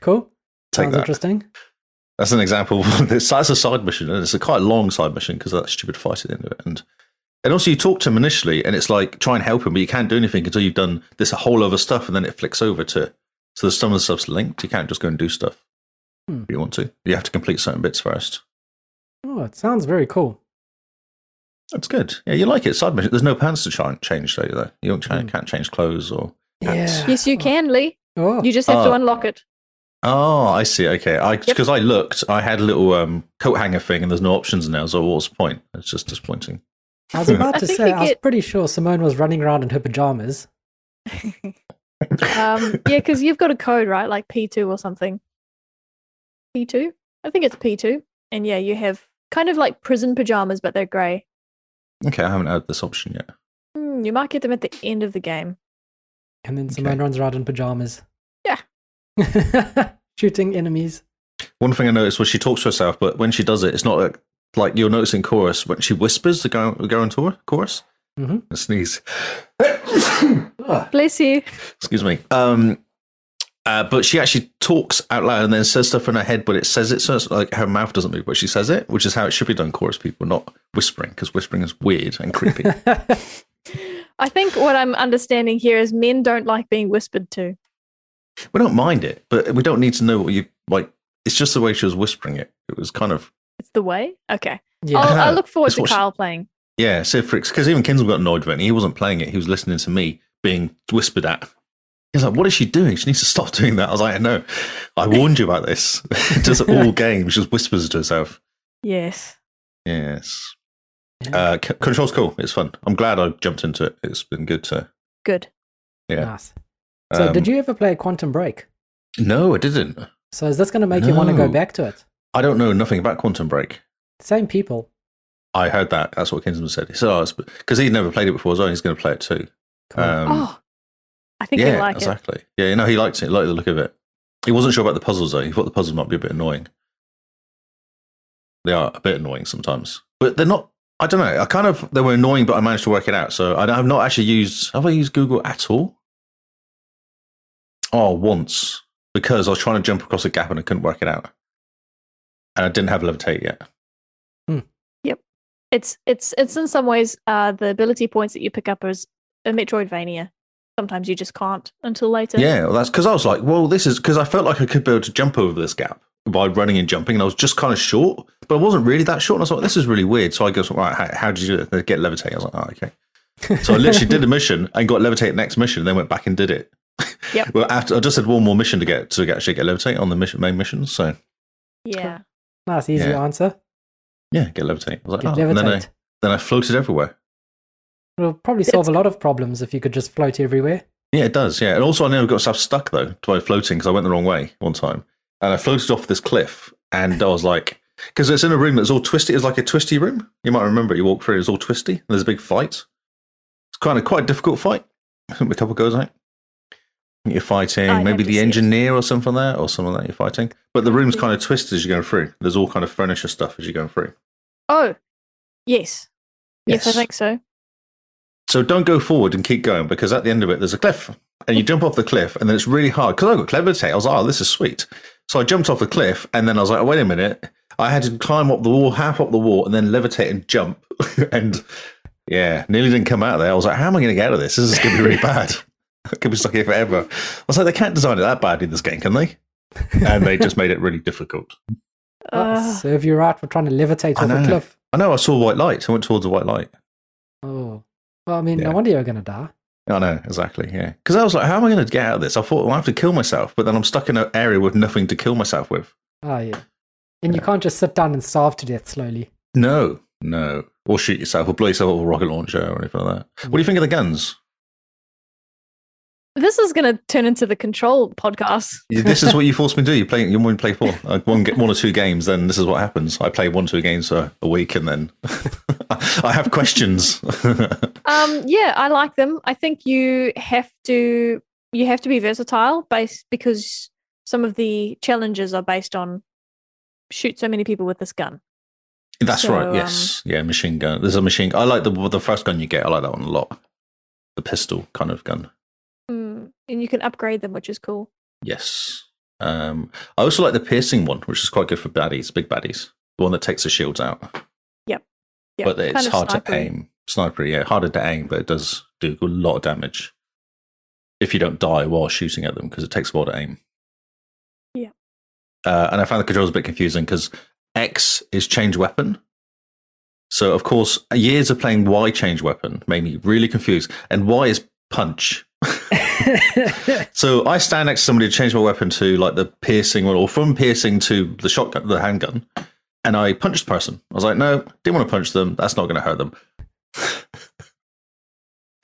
Cool. Take Sounds that. interesting. That's an example. That's that's a side mission, and it's a quite long side mission because of that stupid fight at the end of it. And and also, you talk to him initially, and it's like try and help him, but you can't do anything until you've done this whole other stuff, and then it flicks over to. So there's some of the stuff's linked. You can't just go and do stuff Hmm. if you want to. You have to complete certain bits first. Oh, it sounds very cool. That's good. Yeah, you like it. Side mission. There's no pants to try and change though. though. You don't Hmm. change, can't change clothes or. Hats. Yeah. Yes, you Oh, can, Lee. Oh, You just have to Oh. unlock it. Oh, I see. Okay, I Yep. because I looked, I had a little um, coat hanger thing, and there's no options now. So what's the point? It's just disappointing. I was about I to think say, you I was get- pretty sure Simone was running around in her pajamas. Um, yeah, because you've got a code, right? Like P2 or something. P2? I think it's P2. And yeah, you have kind of like prison pajamas, but they're grey. Okay, I haven't had this option yet. Hmm, you might get them at the end of the game. And then Simone runs around in pajamas. Yeah. Shooting enemies. One thing I noticed was she talks to herself, but when she does it, it's not like, like you'll notice in chorus when she whispers the go the go on tour chorus. Mhm. A sneeze. Bless you. Excuse me. Um, uh, but she actually talks out loud and then says stuff in her head, but it says it so it's like her mouth doesn't move, but she says it, which is how it should be done. Chorus people, not whispering, because whispering is weird and creepy. I think what I'm understanding here is men don't like being whispered to. we don't mind it, but we don't need to know what you like. It's just the way she was whispering it. It was kind of It's the way. Okay. yeah. I'll, I'll look forward That's to what she- Kyle playing. Yeah, so because even Kinzel got annoyed when he wasn't playing it, he was listening to me being whispered at. He was like, "What is she doing? She needs to stop doing that." I was like, "I know, I warned you about this." Does it all game? She just whispers to herself. Yes. Yes, Yeah. uh, c- controls cool. It's fun. I'm glad I jumped into it. It's been good to. Good. yeah. Nice. So, um, did you ever play Quantum Break? No, I didn't. So, is this going to make you want to go No. back to it? I don't know nothing about Quantum Break. Same people. I heard that. That's what Kinsman said. He said, "Oh, because he'd never played it before, so he's going to play it too." Cool. oh, I think Um, yeah, you like it. exactly. Yeah, you know, he liked it. He liked the look of it. He wasn't sure about the puzzles though. He thought the puzzles might be a bit annoying. They are a bit annoying sometimes, but they're not. I don't know. I kind of they were annoying, but I managed to work it out. So I have not actually used. Have I used Google at all? Oh, once because I was trying to jump across a gap and I couldn't work it out, and I didn't have levitate yet. It's it's it's in some ways uh, the ability points that you pick up as a Metroidvania. Sometimes you just can't until later. Yeah, well, that's because I was like, well, this is because I felt like I could be able to jump over this gap by running and jumping, and I was just kind of short, but I wasn't really that short. And I was like, this is really weird. So I go, right, how, how did you do that? They Get levitate. I was like, oh, okay. So I literally did a mission and got levitate next mission, then went back and did it. Yep. well, after I just had one more mission to get to actually get levitate on the mission, main mission. So Yeah. nice, easy yeah. answer. yeah, get levitate. I was like, Get oh. and then I levitate. then I floated everywhere. It'll probably solve a lot of problems if you could just float everywhere. Yeah, it does. Yeah, and also I never got stuff stuck though by floating because I went the wrong way one time, and I floated off this cliff, and I was like, Because it's in a room that's all twisty. It's like a twisty room. You might remember you walk through. It's all twisty. And there's a big fight. It's kind of quite a difficult fight. I think the couple goes out. You're fighting Oh, I maybe haven't the seen it. engineer or something like that, or someone that you're fighting. But the room's Yeah. kind of twisted as you're going through. There's all kind of furniture stuff as you're going through. Oh, yes. Yes, I Yes. think so. So don't go forward and keep going because at the end of it, there's a cliff and you jump off the cliff and then it's really hard because I got cleverty. I was like, oh, this is sweet. So I jumped off the cliff and then I was like, oh, wait a minute. I had to climb up the wall, half up the wall, and then levitate and jump. and yeah, nearly didn't come out of there. I was like, how am I going to get out of this? This is going to be really bad. I could be stuck here forever. I was like, they can't design it that badly in this game, can they? And they just made it really difficult. Oh, Uh, serve you right for trying to levitate I off a know. cliff. I know I saw white light. I went towards a white light. Oh, well, I mean, Yeah. no wonder you're gonna die. I know, exactly. Yeah. Because I was like, how am I going to get out of this? I thought, well, I have to kill myself, but then I'm stuck in an area with nothing to kill myself with. Oh yeah, and you can't just sit down and starve to death slowly. No, no. Or shoot yourself or blow yourself up with a rocket launcher or anything like that. What do you think of the guns? this is going to turn into the control podcast. This is what you force me to do. You play, you want me to play four, like one, ge- one or two games, then this is what happens. I play one or two games a, a week and then I have questions. Um, yeah, I like them. I think you have to you have to be versatile based because some of the challenges are based on shoot so many people with this gun. That's So, right. Yes. yeah. Machine gun. There's a machine. I like the, the first gun you get. I like that one a lot. The pistol kind of gun. Mm, and you can upgrade them, which is cool. Yes. Um, I also like the piercing one, which is quite good for baddies, big baddies. The one that takes the shields out. Yeah, but it's kind of hard to sniper-y. aim. Sniper, yeah, harder to aim, but it does do a lot of damage if you don't die while shooting at them because it takes a while to aim. Yeah. Uh, and I found the controls a bit confusing because X is change weapon. So, of course, years of playing Y change weapon made me really confused. And Y is punch. So I stand next to somebody to change my weapon to like the piercing one, or from piercing to the shotgun, the handgun, and I punched the person. I was like, no, didn't want to punch them. That's not going to hurt them. Well,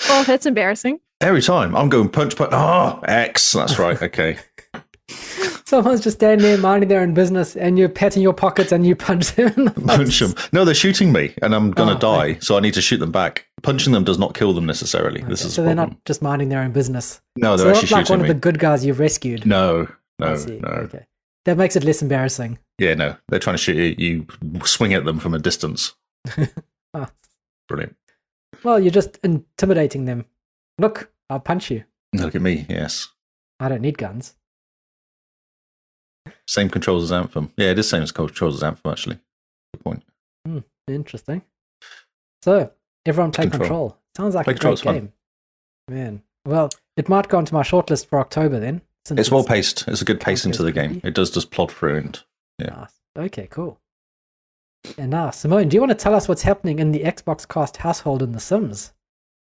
Oh, that's embarrassing. Every time I'm going punch, punch. Oh, X. That's right. Okay. Someone's just standing there minding their own business, and you're patting your pockets, and you punch them. In the punch them. face. No, they're shooting me, and I'm going to Oh, die. So I need to shoot them back. Punching them does not kill them necessarily. Okay, This is so a they're problem. not just minding their own business. no, so they're they're actually not like shooting one me. of the good guys you've rescued. No, I no, see. no. Okay, that makes it less embarrassing. Yeah, no. They're trying to shoot you. You swing at them from a distance. Ah. Brilliant. Well, you're just intimidating them. Look, I'll punch you. Look at me. Yes. I don't need guns. Same controls as Anthem. Yeah, it is same as controls as Anthem actually. Good point. Interesting. So everyone play control. Control. Sounds like Play a great Control's fun. game. Man, well, it might go onto my shortlist for October then. Since It's well paced. It's a good pace into the game. Counter-Strike. It does just plod through and yeah. Nice. Okay, cool. And now, Simone, do you want to tell us what's happening in the Xbox Cast household in The Sims?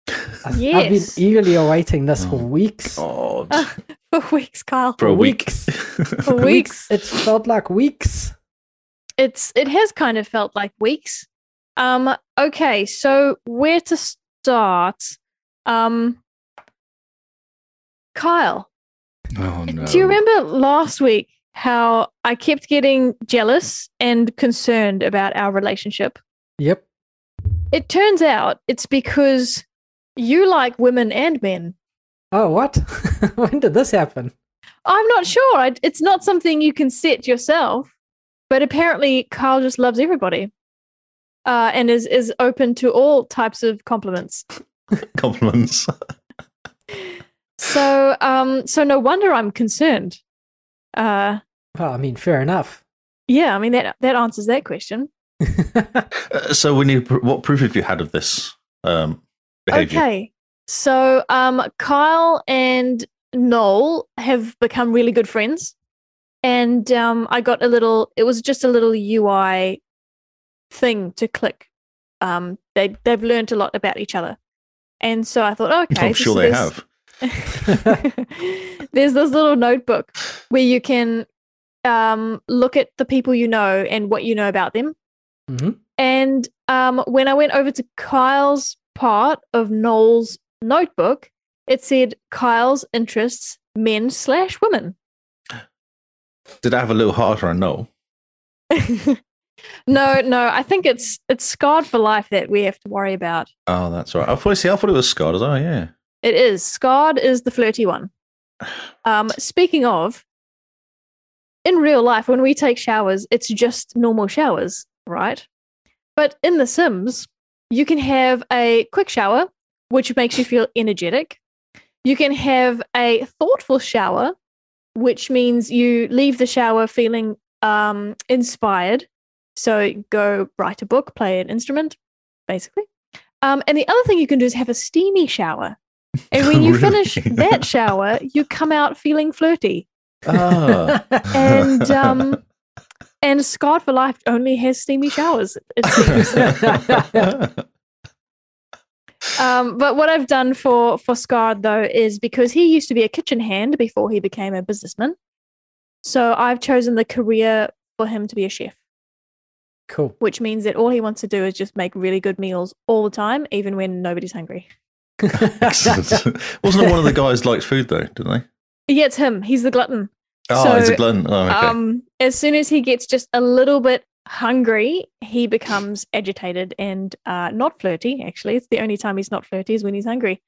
I've, I've been Yes. eagerly awaiting this for Oh, weeks. God. For weeks, Kyle. For a week. weeks. Uh, For weeks. It's felt like weeks. it's it has kind of felt like weeks um okay so where to start um kyle oh no. do you remember last week how i kept getting jealous and concerned about our relationship Yep. it turns out it's because you like women and men Oh, what? when did this happen? i'm not sure I, it's not something you can set yourself but apparently kyle just loves everybody uh, and is is open to all types of compliments compliments? So, um, so no wonder I'm concerned. Uh, Well, I mean, fair enough. yeah, I mean that that answers that question. Uh, so we need pr- what proof have you had of this um behavior? Okay, so um, Kyle and Noel have become really good friends, and um, I got a little. It was just a little UI thing to click. Um, they they've learned a lot about each other, and so I thought, oh, okay, I'm so sure they there's- have. there's this little notebook where you can um, look at the people you know and what you know about them. hmm And um, when I went over to Kyle's part of Noel's notebook, it said Kyle's interests men slash women. Did I have a little heart around Noel? No, no, I think it's it's scarred for life that we have to worry about. Oh, that's right. I thought, see, I thought it was Scott. I was, oh, yeah. It is scarred is the flirty one. Um, speaking of, in real life, when we take showers, it's just normal showers, right? But in The Sims, you can have a quick shower, which makes you feel energetic. You can have a thoughtful shower, which means you leave the shower feeling um, inspired. So go write a book, play an instrument, basically. Um, and the other thing you can do is have a steamy shower. And when you finish Really? that shower, you come out feeling flirty. Ah. And um, and Scott for Life only has steamy showers. It seems. Ah. Um, but what I've done for for Scott though is because he used to be a kitchen hand before he became a businessman, so I've chosen the career for him to be a chef, Cool. which means that all he wants to do is just make really good meals all the time, even when nobody's hungry. Excellent. Wasn't it one of the guys liked food though? Didn't they? Yeah, it's him. He's the glutton. Oh, So, it's a blunt. Oh, okay. Um, as soon as he gets just a little bit hungry, he becomes agitated and uh, not flirty. Actually, it's the only time he's not flirty is when he's hungry.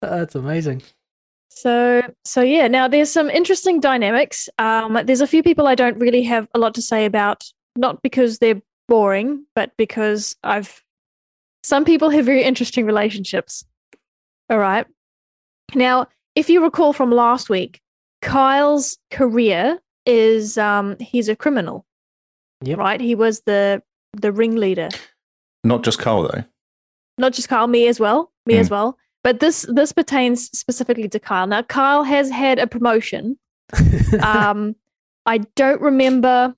That's amazing. So, so yeah. Now there's some interesting dynamics. Um, there's a few people I don't really have a lot to say about, not because they're boring, but because I've some people have very interesting relationships. All right. Now, if you recall from last week, Kyle's career is um, he's a criminal, Yep. right? He was the the ringleader Not just Carl though. not just Kyle, me as well, me as well. But this this pertains specifically to Kyle. Now, Kyle has had a promotion. Um, I don't remember.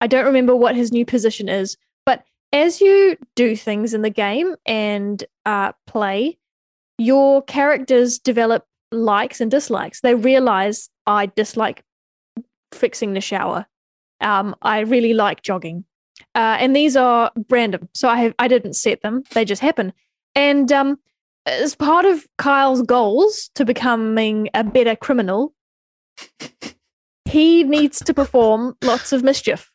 I don't remember what his new position is. But as you do things in the game and uh, play, your characters develop likes and dislikes. They realize I dislike fixing the shower. Um, I really like jogging uh, and these are random. So I have, I didn't set them; they just happen. And um, as part of Kyle's goals to becoming a better criminal, he needs to perform lots of mischief.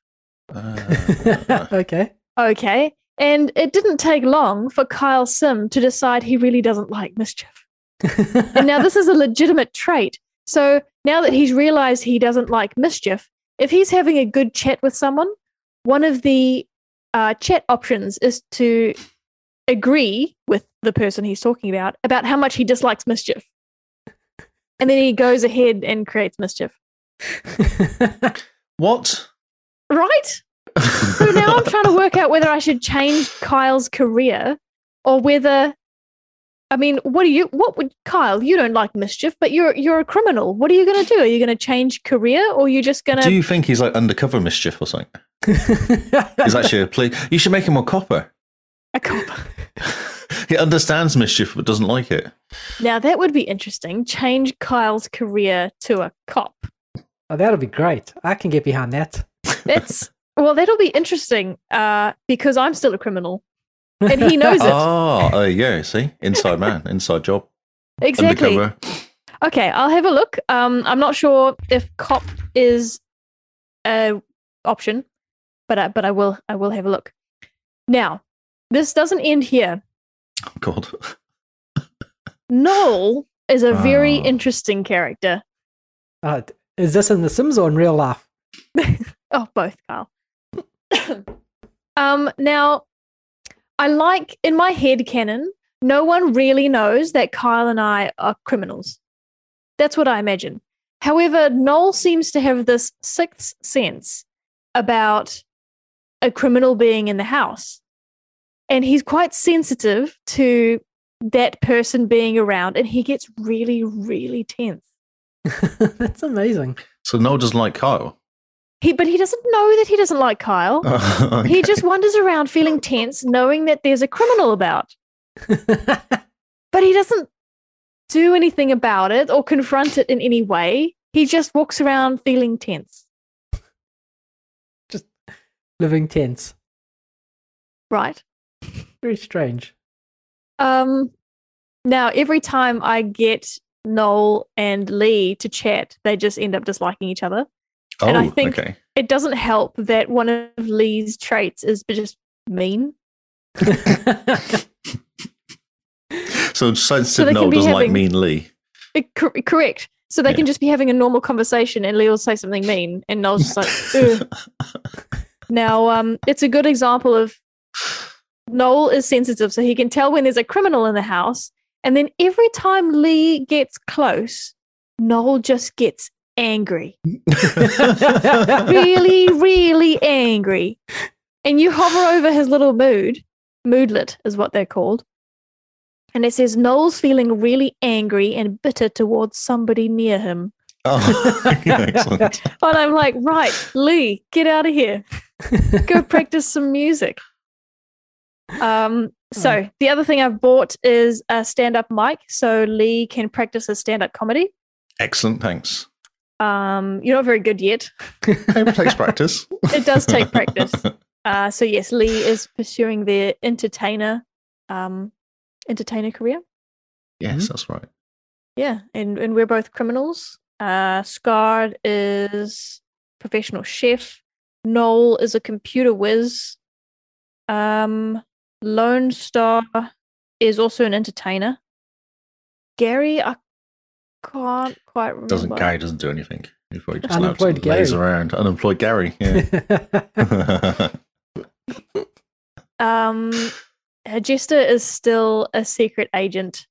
Ah. okay. Okay, and it didn't take long for Kyle Sim to decide he really doesn't like mischief. and now this is a legitimate trait. So now that he's realized he doesn't like mischief, if he's having a good chat with someone, one of the uh, chat options is to agree with the person he's talking about about how much he dislikes mischief. And then he goes ahead and creates mischief. what? Right? So now I'm trying to work out whether I should change Kyle's career or whether I mean, what do you what would Kyle, you don't like mischief, but you're you're a criminal. What are you gonna do? Are you gonna change career or are you just gonna Do you think he's like undercover mischief or something? He's actually a plea. You should make him a copper. a cop? He understands mischief but doesn't like it. Now that would be interesting. Change Kyle's career to a cop. oh, that'll be great. I can get behind that. That's well, that'll be interesting, uh, because I'm still a criminal. And he knows it. Ah, there you go. See, inside man, inside job, exactly. undercover. Okay, I'll have a look. Um, I'm not sure if cop is a option, but I, but I will I will have a look. Now, this doesn't end here. God, Noel is a very Ah. interesting character. Uh, d- is this in The Sims or in real life? Oh, both, Carl. um, now, I like in my head canon, no one really knows that Kyle and I are criminals. That's what I imagine. However, Noel seems to have this sixth sense about a criminal being in the house. And he's quite sensitive to that person being around, and he gets really, really tense. That's amazing. so Noel doesn't like Kyle. He, but he doesn't know that he doesn't like Kyle. He just wanders around feeling tense, knowing that there's a criminal about, but he doesn't do anything about it or confront it in any way. He just walks around feeling tense, Living tense. right? Very strange. Um, now, every time I get Noel and Lee to chat, they just end up disliking each other. And I think- Oh, okay. It doesn't help that one of Lee's traits is just mean. So they sensitive can Noel be doesn't like having- mean Lee. It- cor- correct. So they Yeah. can just be having a normal conversation and Lee will say something mean and Noel's just like, Ugh. Now, um, it's a good example of Noel is sensitive, so he can tell when there's a criminal in the house. And then every time Lee gets close, Noel just gets angry, really, really angry. And you hover over his little mood, moodlet is what they're called. And it says Noel's feeling really angry and bitter towards somebody near him. oh, excellent. But I'm like, right, Lee, get out of here. Go practice some music. Um, so the other thing I've bought is a stand-up mic, so Lee can practice his stand-up comedy. Excellent, thanks. Um, you're not very good yet. It takes practice. It does take practice. Uh, so yes, Lee is pursuing their entertainer, um, entertainer career. yes, that's right. Yeah, and and we're both criminals. Uh, Scar is professional chef. Noel is a computer whiz. Um, Lone Star is also an entertainer. Gary, I can't quite remember. Doesn't Gary doesn't do anything. He probably just Unemployed unemployed Gary. lays Gary. around. Unemployed Gary. Yeah. Um, uh, Jester is still a secret agent,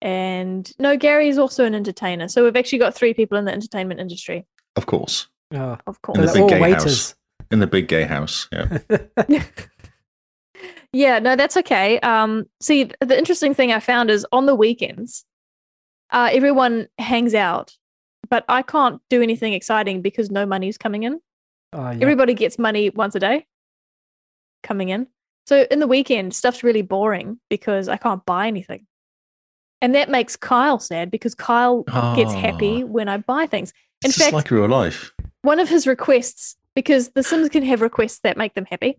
and no, Gary is also an entertainer. So we've actually got three people in the entertainment industry, of course. oh, of And course. the they're big all gay waiters. In the big gay house. Yeah. Yeah, no, that's okay. Um, see, th- the interesting thing I found is on the weekends, uh, everyone hangs out, but I can't do anything exciting because no money's coming in. Oh, yeah. Everybody gets money once a day coming in. So in the weekend, stuff's really boring because I can't buy anything. And that makes Kyle sad because Kyle gets happy Ah. when I buy things. It's In just fact- like real life. One of his requests, because the Sims can have requests that make them happy.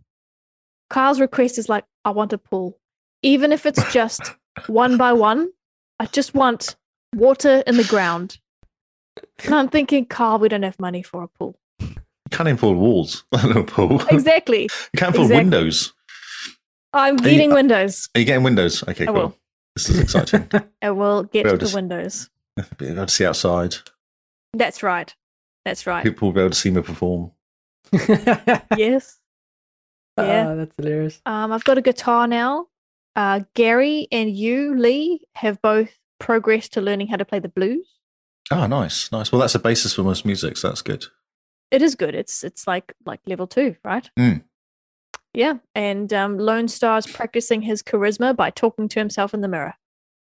Kyle's request is like, I want a pool. Even if it's just one by one, I just want water in the ground. And I'm thinking, Kyle, we don't have money for a pool. You can't even fold walls. A little pool. Exactly. You can't fold exactly. windows. I'm Are you- getting windows. Are you getting windows? Okay, I cool. will. This is exciting. and we'll get Well, to just- the windows. be able to see outside. That's right. That's right. People will be able to see me perform. yes. Uh, Yeah. Oh, that's hilarious. Um, I've got a guitar now. Uh, Gary and you, Lee, have both progressed to learning how to play the blues. Oh, nice, nice. Well, that's the basis for most music, so that's good. It is good. It's it's like like level two, right? Mm. Yeah. And um, Lone Star's practicing his charisma by talking to himself in the mirror.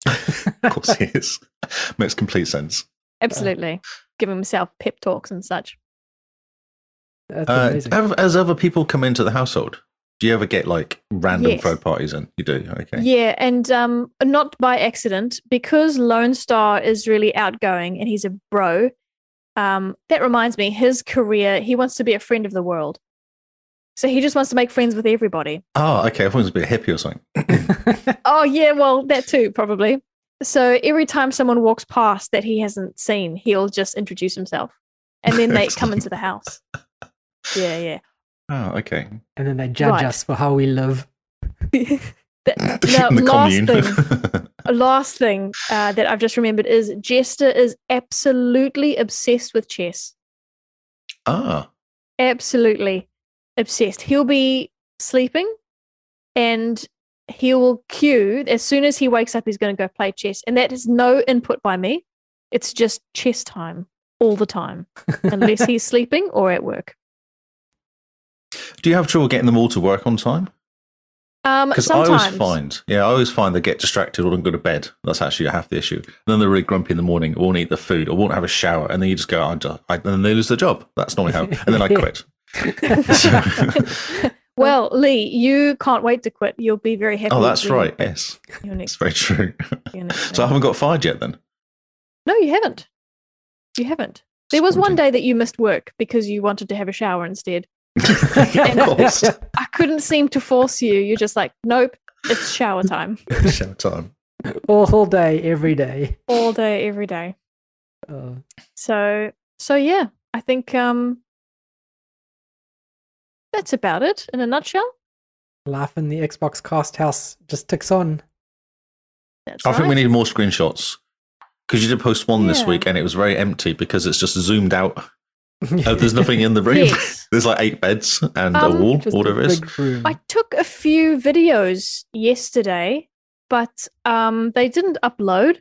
Of course, it is. Makes complete sense. Absolutely. Giving himself pep talks and such. That's Uh, amazing. have- as other people come into the household, do you ever get like random Yes. third parties in? You do, okay. Yeah, and um, not by accident because Lone Star is really outgoing and he's a bro. Um, that reminds me, his career, he wants to be a friend of the world. So he just wants to make friends with everybody. Oh, okay. I thought it was a bit hippie or something. Oh, yeah, well, that too, probably. So every time someone walks past that he hasn't seen, he'll just introduce himself and then they come into the house. Yeah, yeah. Oh, okay. and then they judge right. us for how we live. Now, Mm. last A last thing uh, that I've just remembered is Jester is absolutely obsessed with chess. ah, Absolutely obsessed. He'll be sleeping and he will cue as soon as he wakes up, he's going to go play chess. And that is no input by me. It's just chess time all the time, unless he's sleeping or at work. do you have trouble getting them all to work on time? Um, Because I sometimes. always find, yeah, I always find they get distracted or don't go to bed. That's actually half the issue. And then they're really grumpy in the morning, won't eat the food, or won't have a shower, and then you just go, I, don't- I, and then they lose their job. That's normally how. And then I quit. well, Lee, you can't wait to quit. You'll be very happy. oh, that's when right. Yes, Your next, it's very true. your next So I name. haven't got fired yet then. No, you haven't. You haven't. There was one Disappointing. day that you missed work because you wanted to have a shower instead. of course. I couldn't seem to force you. You're just like, nope, it's shower time Shower time. All whole day, every day. all day, every day. Oh, So, so yeah, I think um that's about it in a nutshell. Life in the Xbox cast house just ticks on. That's I think we life. need more screenshots because you did post one this Yeah. week and it was very empty because it's just zoomed out. Uh, there's nothing in the room. Yes. There's like eight beds and a Um, wall, Just or whatever a it is. big room. I took a few videos yesterday, but um, they didn't upload.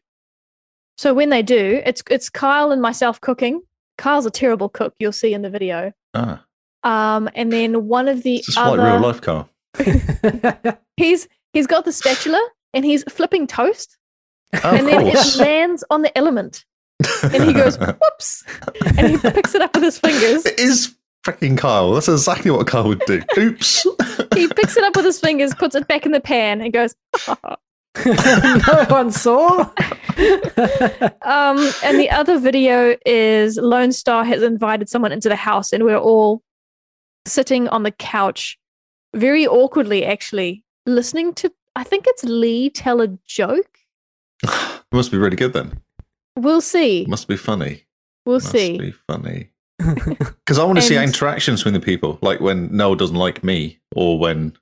So when they do, it's it's Kyle and myself cooking. Kyle's a terrible cook, you'll see in the video. Ah, Um, and then one of the it's just other like real life, Carl. he's he's got the spatula and he's flipping toast, Oh, and of then course. it lands on the element, and he goes whoops, and he picks it up with his fingers. It is freaking Kyle. That's exactly what Kyle would do. Oops. He picks it up with his fingers, puts it back in the pan, and goes. no one saw. Um, and the other video is Lone Star has invited someone into the house, and we're all sitting on the couch, very awkwardly, actually, listening to. I think it's Lee tell a joke. it must be really good then. We'll see. It must be funny. We'll must see. be funny. Because I want to see And- interactions between the people, like when Noel doesn't like me, or when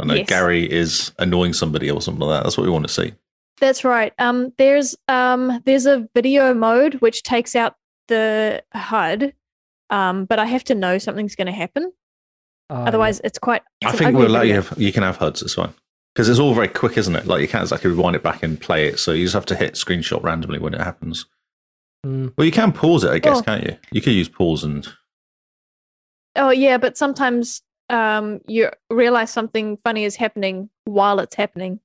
I don't know Yes. Gary is annoying somebody or something like that. That's what we want to see. That's right. Um, there's um, there's a video mode which takes out the HUD, um, but I have to know something's going to happen. Oh, Otherwise, it's quite. I it's an think ugly we'll let you video. have. You can have HUDs. It's fine because it's all very quick, isn't it? Like you can't exactly rewind it back and play it. So you just have to hit screenshot randomly when it happens. yeah. Mm. Well, you can pause it, I guess, Well- can't you? You could use pause and Oh yeah, but sometimes um you realize something funny is happening while it's happening.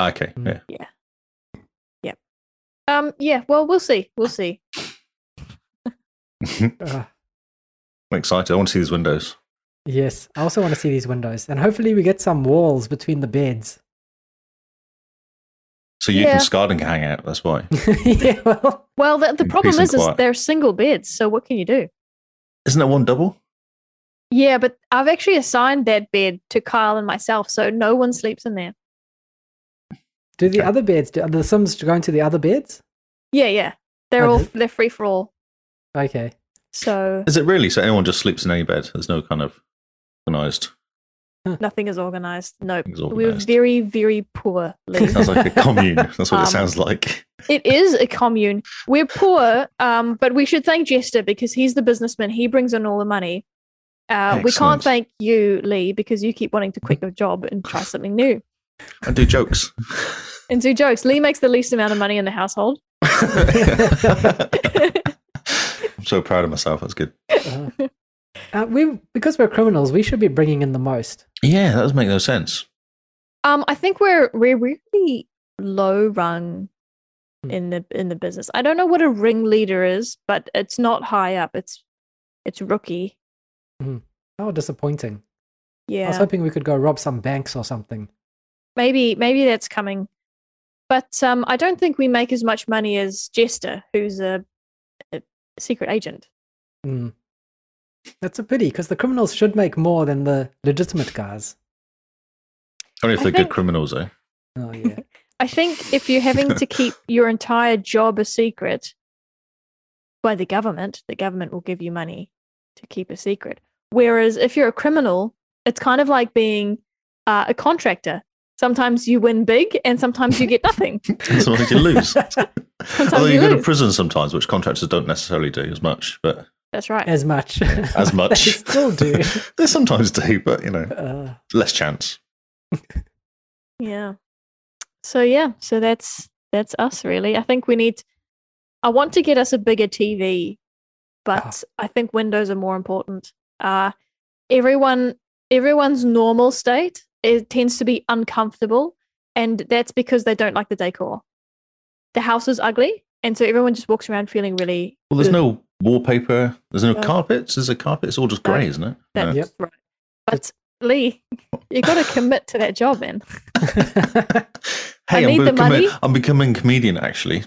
ah, okay, Hmm. Mm. yeah. Um yeah, well we'll see. We'll see. Ugh. I'm excited. I want to see these windows. yes, I also want to see these windows, and hopefully we get some walls between the beds. So you Yeah. and Scarden can hang out. That's why. yeah, well, Well the, the And problem peace and is is quiet. they're single beds, so what can you do? Isn't that one double? Yeah, but I've actually assigned that bed to Kyle and myself, so no one sleeps in there. do the Okay. other beds? Do, are the Sims going to the other beds? Yeah, yeah. They're Oh, all did- they're free for all. Okay. So Is it really? So anyone just sleeps in any bed? There's no kind of organised. nothing is organized. Nope. Nothing's We're organised. very, very poor, Lee. Sounds like a commune. That's what Um, it sounds like. It is a commune. We're poor, um, but we should thank Jester because he's the businessman. He brings in all the money. Uh, we can't Excellent. thank you, Lee, because you keep wanting to quit your job and try something new I do jokes. and do jokes. Lee makes the least amount of money in the household. I'm so proud of myself. That's good. Uh, uh, we because we're criminals, we should be bringing in the most. Yeah, that does make no sense. Um, I think we're we're really low rung Hmm. in the in the business. I don't know what a ringleader is, but it's not high up. It's it's rookie. How disappointing! I was Yeah, hoping we could go rob some banks or something. maybe maybe that's coming. But um, I don't think we make as much money as Jester, who's a, a secret agent. Mm. That's a pity because the criminals should make more than the legitimate guys. Only if I they're think- good criminals, though. Oh yeah. I think if you're having to keep your entire job a secret by the government, the government will give you money to keep a secret. Whereas if you're a criminal, it's kind of like being uh, a contractor. Sometimes you win big and sometimes you get nothing. Sometimes you lose. Although you you go to lose. prison sometimes, which contractors don't necessarily do as much, but That's right. as much. as much. they still do. they sometimes do, but you know, Uh, less chance. Yeah. So yeah, so that's that's us really. I think we need I want to get us a bigger TV, but I think windows are more important. Uh everyone everyone's normal state it tends to be uncomfortable and that's because they don't like the decor. The house is ugly and so everyone just walks around feeling really Well, there's ugh, no wallpaper. There's no No. carpets. There's a carpet. It's all just grey, isn't it? that's Yep. right. But Lee, you got to commit to that job, man. Yeah. hey, need I'm the becoming, money. I'm becoming a comedian, actually,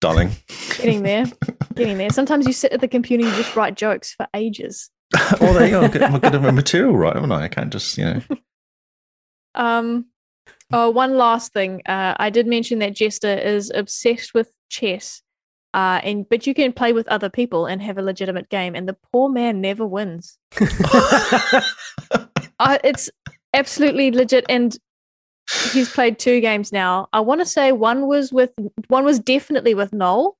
darling. Getting there, getting there. Sometimes you sit at the computer and you just write jokes for ages. well, there you go. I'm good- I'm good at my material, right? Haven't I? I can't just, you know. Um, oh, one last thing. Uh, I did mention that Jester is obsessed with chess, Uh, and but you can play with other people and have a legitimate game, and the poor man never wins. Uh, it's absolutely legit, and he's played two games now. I want to say one was with one was definitely with Noel,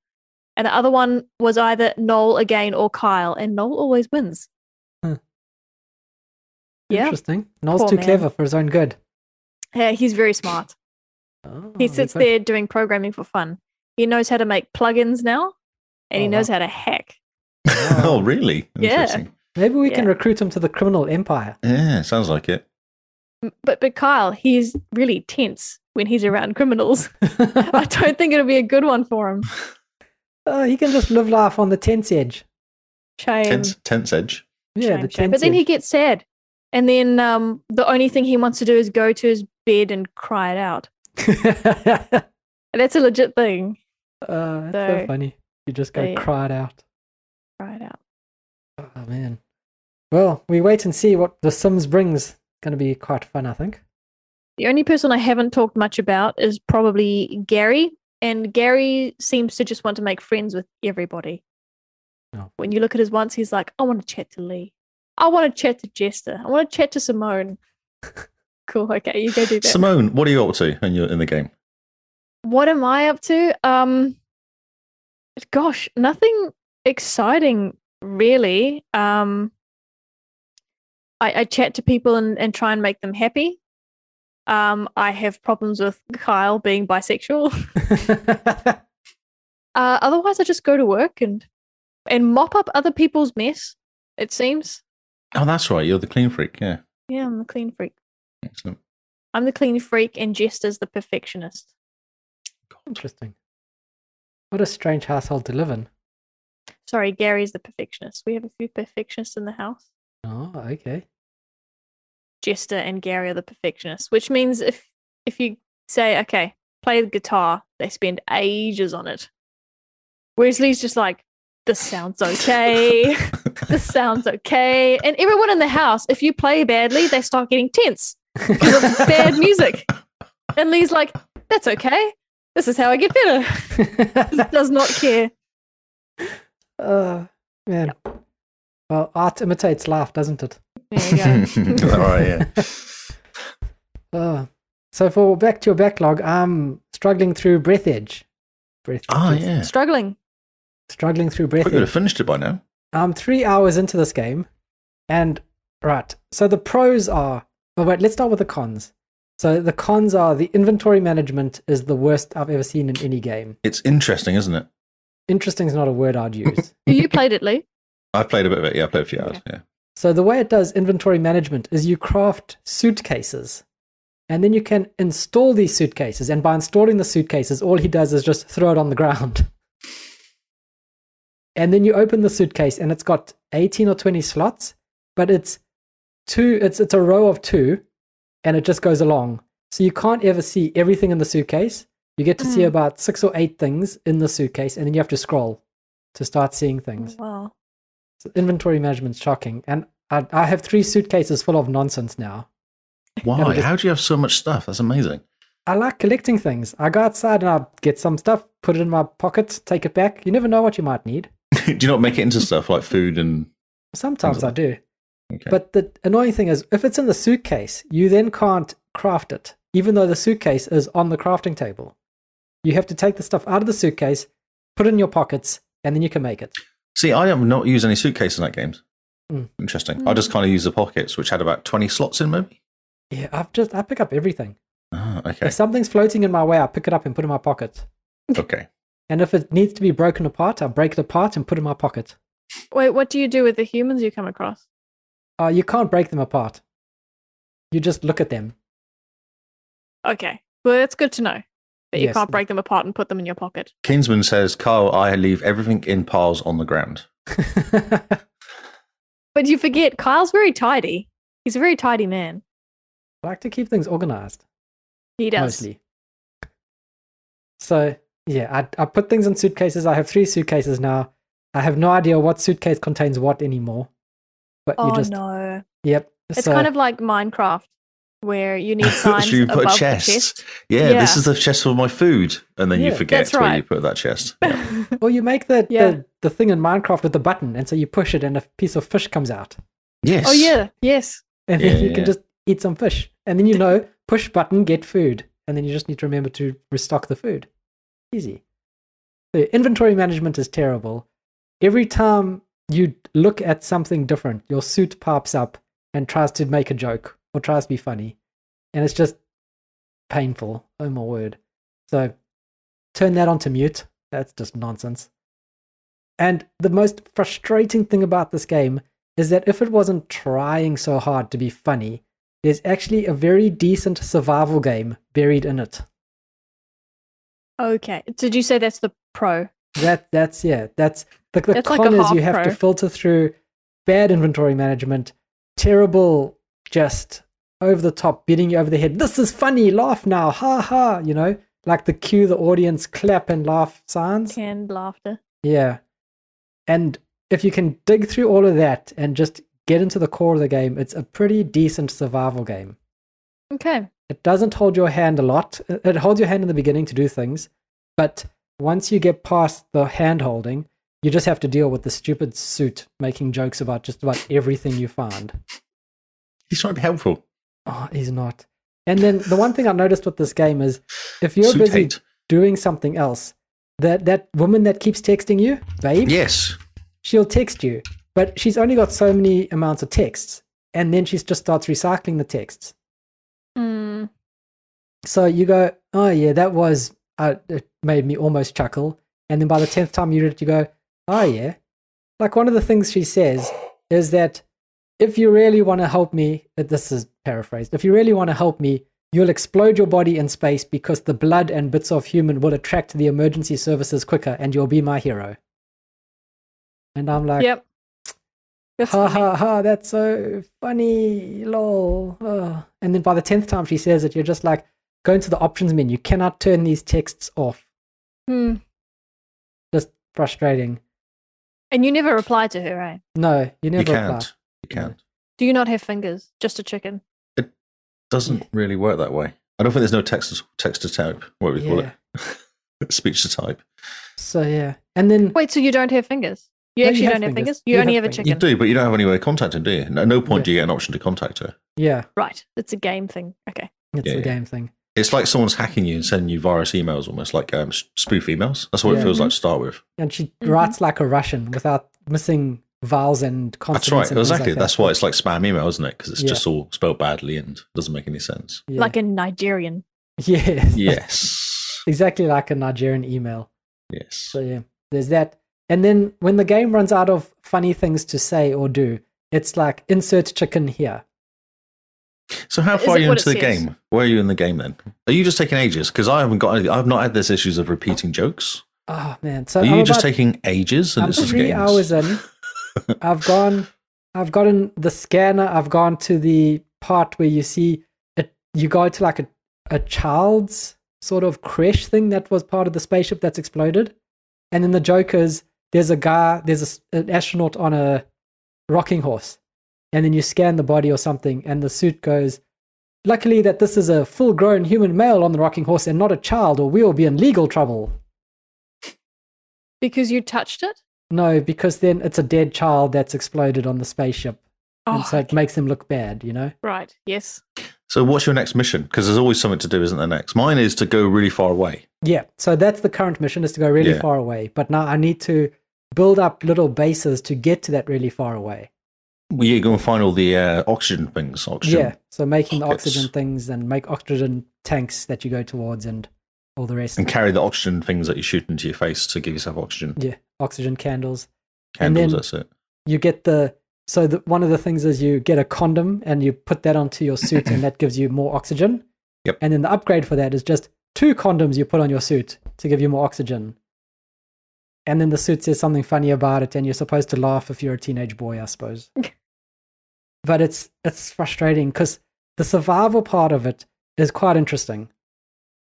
and the other one was either Noel again or Kyle, and Noel always wins. Huh. Yeah, Interesting. Noel's Poor too man. clever for his own good. yeah, he's very smart. Oh, He sits okay. there doing programming for fun. He knows how to make plugins now, and he Oh, knows how to hack. oh, really? Yeah. Interesting. Maybe we can Yeah. recruit him to the criminal empire. Yeah. sounds like it. M- But but Kyle, he's really tense when he's around criminals. I don't think it'll be a good one for him. Uh, he can just live life on the tense edge. Shame. Tense, tense edge. Yeah, the shame, shame. tense But then he edge. gets sad, and then um, the only thing he wants to do is go to his bed and cry it out. Oh, And that's a legit thing. uh, that's so So- funny. You just go so, yeah. cry it out. Cry it out. Oh man. Well, we wait and see what The Sims brings. Going to be quite fun, I think. The only person I haven't talked much about is probably Gary, and Gary seems to just want to make friends with everybody. Oh. When you look at his once, he's like, I want to chat to Lee. I want to chat to Jester. I want to chat to Simone. cool. Okay, you go do that. Simone, what are you up to when you're in the game? what am I up to? Um, gosh, nothing exciting really. Um, I, I chat to people and, and try and make them happy. Um, I have problems with Kyle being bisexual. Uh, otherwise, I just go to work and and mop up other people's mess. It seems. Oh, that's right. You're the clean freak. Yeah. Yeah, I'm the clean freak. Excellent. I'm the clean freak, and Jester's the perfectionist. Interesting. What a strange household to live in. Sorry, Gary's the perfectionist. We have a few perfectionists in the house. Oh, okay. Jester and Gary are the perfectionists, which means if if you say, okay, play the guitar, they spend ages on it. Whereas Lee's just like, this sounds okay. this sounds okay. And everyone in the house, if you play badly, they start getting tense because of bad music. And Lee's like, that's okay. This is how I get better. Does not care. Oh, man. Well, art imitates life, doesn't it? There you go. All right. Yeah. Oh. So for back to your backlog, I'm struggling through Breath Edge. Breath Oh, Edge. yeah. Struggling. Struggling through I Breath would have Edge. finished it by now. I'm three hours into this game, and right. So the pros are. But wait, let's start with the cons. So the cons are the inventory management is the worst I've ever seen in any game. It's interesting, isn't it? Interesting is not a word I'd use. You played it, Lee. I played a bit of it. Yeah, I played a few hours. Yeah. So the way it does inventory management is you craft suitcases. And then you can install these suitcases. And by installing the suitcases, all he does is just throw it on the ground. And then you open the suitcase and it's got 18 or 20 slots, but it's two it's it's a row of two and it just goes along. So you can't ever see everything in the suitcase. You get to see Mm. about 6 or 8 things in the suitcase and then you have to scroll to start seeing things. Wow. So inventory management's shocking, and I, I have three suitcases full of nonsense now. Why? just- How do you have so much stuff? That's amazing. I like collecting things. I go outside and I get some stuff, put it in my pocket, take it back. You never know what you might need. do you not make it into stuff like food and? Sometimes I Sounds do. Okay. But the annoying thing is, if it's in the suitcase, you then can't craft it, even though the suitcase is on the crafting table. You have to take the stuff out of the suitcase, put it in your pockets, and then you can make it. See, I have not used any suitcases in that game. Hmm. Mm. Interesting. I just kind of used the pockets, which had about 20 slots in, maybe? Yeah, I've just I pick up everything. Ah, okay. If something's floating in my way, I pick it up and put it in my pocket. Okay. And if it needs to be broken apart, I break it apart and put it in my pocket. Wait, what do you do with the humans you come across? Uh, you can't break them apart. You just look at them. Okay. Well, that's good to know. But you Yes. can't break them apart and put them in your pocket. Kinsman says, Carl, I leave everything in piles on the ground. But you forget, Kyle's very tidy. He's a very tidy man. like to keep things organized, He does. mostly. So, yeah, I, I put things in suitcases. I have three suitcases now. I have no idea what suitcase contains what anymore. But Oh you just, no. yep. It's so- kind of like Minecraft. where you need signs so you put above a chest. the chest. Yeah, this Yeah. is the chest for my food, and then you Yeah, forget that's where you right. put that chest. Or you make the, Yeah. the the thing in Minecraft with the button, and so you push it, and a piece of fish comes out, Yes. oh yeah, yes. and Yeah, then you yeah, yeah. can just eat some fish, and then you know push button get food, and then you just need to remember to restock the food. Easy. The inventory management is terrible. Every time you look at something different, your suit pops up and tries to make a joke or tries to be funny, and it's just painful. Oh my word! So turn that on to mute. That's just nonsense. And the most frustrating thing about this game is that if it wasn't trying so hard to be funny, there's actually a very decent survival game buried in it. Okay. Did you say that's the pro? That that's yeah, that's the, the That's con like a is you half have to pro. filter through bad inventory management, terrible, just over the top, beating you over the head. This is funny, laugh now, ha ha. You know, like the cue the audience clap and laugh signs. Canned laughter. Yeah. And if you can dig through all of that and just get into the core of the game, it's a pretty decent survival game. Okay. It doesn't hold your hand a lot. It it holds your hand in the beginning to do things, but once you get past the hand holding, you just have to deal with the stupid suit making jokes about just about everything you find. He's trying to be helpful. Oh, he's not. And then the one thing I noticed with this game is if you're Suit busy hate. doing something else, that that woman that keeps texting you, babe, Yes. she'll text you, but she's only got so many amounts of texts, and then she just starts recycling the texts. Mm, So you go, oh yeah, that was uh, it made me almost chuckle, and then by the tenth time you read it, you go, oh yeah, like one of the things she says is that if you really want to help me, uh, this is paraphrased. If you really want to help me, you'll explode your body in space because the blood and bits of human will attract the emergency services quicker, and you'll be my hero. And I'm like, yep. That's ha funny. ha ha, that's so funny, lol. Ugh. And then by the 10th time she says it, you're just like, go into the options menu. You cannot turn these texts off. Hmm. Just frustrating. And you never reply to her, right? No, you never you can't. apply. You can't. Do you not have fingers? Just a chicken. Doesn't really work that way. I don't think there's no text text to type. What we call Yeah. it, speech to type. So, yeah. And then, Wait, so you don't have fingers? No, You you actually have don't have fingers. fingers. You, You only have have, a fingers. chicken. You do, but you don't have any way of contacting, do you? At no point Yeah. do you get an option to contact her. yeah, Right. It's a game thing. Okay. it's Yeah, the yeah. game thing. It's like someone's hacking you and sending you virus emails, almost like um, s- spoof emails. That's what Yeah. it feels like to start with. And she Mm-hmm. Mhm. writes like a Russian without missing vowels and consonants. That's right. and things like Exactly. that. That's why it's like spam email, isn't it? Because it's Yeah. just all spelled badly and doesn't make any sense. Yeah. Like in Nigerian. yeah. Yes. exactly like a Nigerian email. yes. So yeah, there's that. And then when the game runs out of funny things to say or do, it's like insert chicken here. So how Is far are it you what into the it says? game? Where are you in the game then? Are you just taking ages? Because I haven't got. I've not had this issues of repeating jokes. Oh man, so Are I'm you just about- taking ages? And I'm it's just three games? hours in. I've gone. I've gotten the scanner. I've gone to the part where you see it. You go to like a a child's sort of crash thing that was part of the spaceship that's exploded, and then the joke is there's a guy, there's a s an astronaut on a rocking horse, and then you scan the body or something, and the suit goes. Luckily that this is a full-grown human male on the rocking horse and not a child, or we'll be in legal trouble. Because you touched it? No, because then it's a dead child that's exploded on the spaceship. Oh, and so it makes them look bad, you know? right. Yes. So what's your next mission? Because there's always something to do, isn't there? Next, mine is to go really far away. Yeah. So that's the current mission is to go really Yeah. far away. But now I need to build up little bases to get to that really far away. Well, you go and find all the uh, oxygen things. Oxygen. Yeah. So making the Pockets. oxygen things and make oxygen tanks that you go towards and all the rest. And carry the oxygen things that you shoot into your face to give yourself oxygen. yeah. Oxygen candles. And Candles. then- that's it. You get the so the, one of the things is you get a condom and you put that onto your suit and that gives you more oxygen. Yep. And then the upgrade for that is just two condoms you put on your suit to give you more oxygen. And then the suit says something funny about it, and you're supposed to laugh if you're a teenage boy, I suppose. but it's it's frustrating because the survival part of it is quite interesting,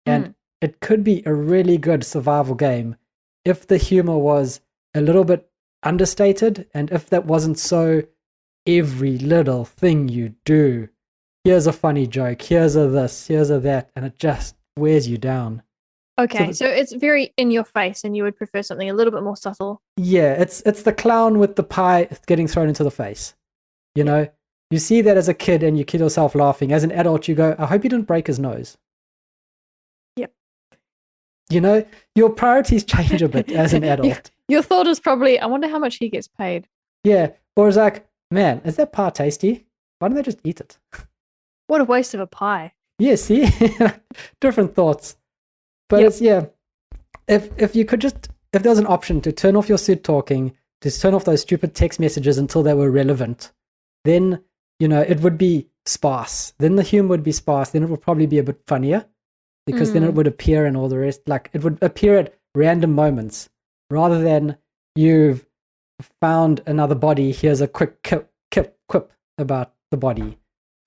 and it could be a really good survival game if the humor was a little bit understated, and if that wasn't so every little thing you do here's a funny joke, here's a this, here's a that, and it just wears you down. Okay, the- so, it's very in your face, and you would prefer something a little bit more subtle. Yeah, it's it's the clown with the pie getting thrown into the face. You know, you see that as a kid and you kid yourself laughing. As an adult, you go, I hope you didn't break his nose. Yep. You know, your priorities change a bit as an Yeah. adult. Your thought is probably, I wonder how much he gets paid. Yeah. Or it's like, man, is that pie tasty? Why don't they just eat it? What a waste of a pie. Yeah, see? Different thoughts. But Yep. it's yeah. If if you could just if there was an option to turn off your suit talking, just turn off those stupid text messages until they were relevant, then you know, it would be sparse. Then the humor would be sparse, then it would probably be a bit funnier. Because then it Mm. would appear and all the rest. Like it would appear at random moments rather than you've found another body. Here's a quick quip, quip, quip about the body.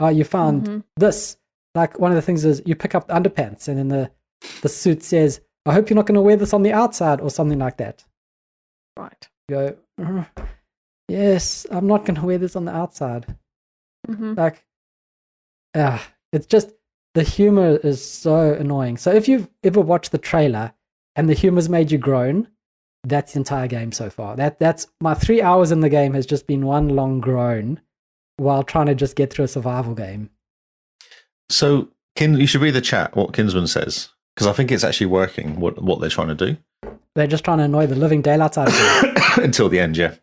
Uh, you found Mhm. this. Like one of the things is you pick up the underpants, and then the the suit says, "I hope you're not going to wear this on the outside" or something like that. Right. You go, "Ugh, yes, I'm not going to wear this on the outside. hmm Like, ah, it's just the humor is so annoying. So if you've ever watched the trailer and the humor's made you groan, that's the entire game so far. That that's my three hours in the game has just been one long groan while trying to just get through a survival game. So, Kin, you should read the chat what Kinsman says because I think it's actually working. What what they're trying to do They're just trying to annoy the living daylights out of me. until the end, yeah.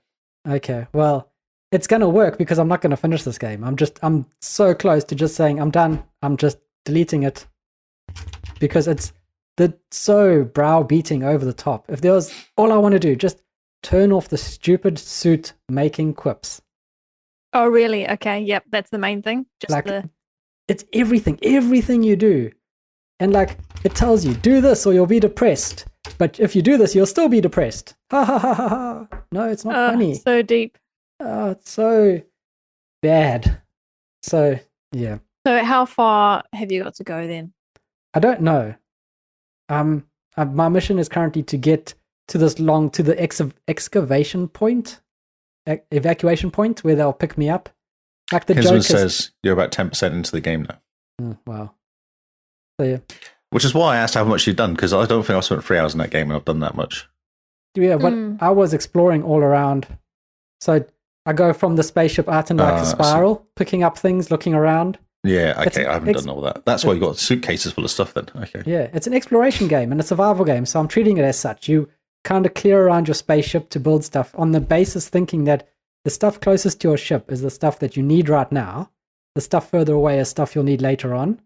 Okay, well, it's gonna work because I'm not gonna finish this game. I'm just I'm so close to just saying I'm done. I'm just deleting it because it's the so browbeating over the top. If there was all I want to do, just turn off the stupid suit making quips. Oh, really? Okay. Yep. That's the main thing. Just Like- the It's everything, everything you do, and like it tells you do this or you'll be depressed. But if you do this, you'll still be depressed. Ha ha ha ha ha. No, it's not oh, funny. so deep. Oh, it's so bad. So yeah. So, how far have you got to go then? I don't know. Um, uh, my mission is currently to get to this long to the ex- excavation point, e- evacuation point where they'll pick me up. Like the Kinsman joke says you're about ten percent into the game now, wow. So yeah, which is why I asked how much you've done because I don't think I spent three hours in that game and I've done that much. yeah. But Mm. I was exploring all around, so I go from the spaceship out in like Ah, I a see. spiral, picking up things, looking around. Yeah, okay, It's an I haven't ex- done all that. That's why you got suitcases full of stuff then. Okay. Yeah, it's an exploration game and a survival game, so I'm treating it as such. You kind of clear around your spaceship to build stuff on the basis thinking that the stuff closest to your ship is the stuff that you need right now, the stuff further away is stuff you'll need later on.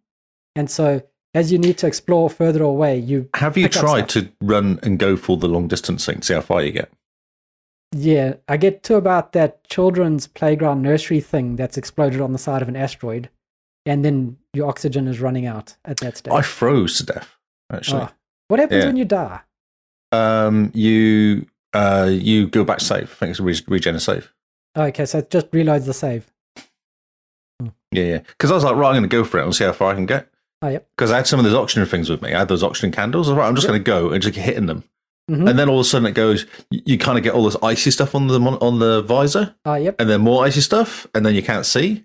And so as you need to explore further away, you Have you Pick up tried to run and go for the long distance thing, see how far you get? yeah, I get to about that children's playground nursery thing that's exploded on the side of an asteroid and then your oxygen is running out at that stage. I froze to death, Oh, actually. Oh. What happens Yeah. when you die? Ah. Um, you uh, you go back safe. I think it's re- regen is safe. Okay, so it just reloads the save. Yeah, yeah. Because I was like, right, I'm going to go for it and see how far I can get. Oh, yep. Because I had some of those oxygen things with me. I had those oxygen candles. I was like, right, I'm just going to go and just keep hitting them. Mhm. And then all of a sudden it goes, you, you kind of get all this icy stuff on the mon- on the visor, Ah, yep. and then more icy stuff, and then you can't see,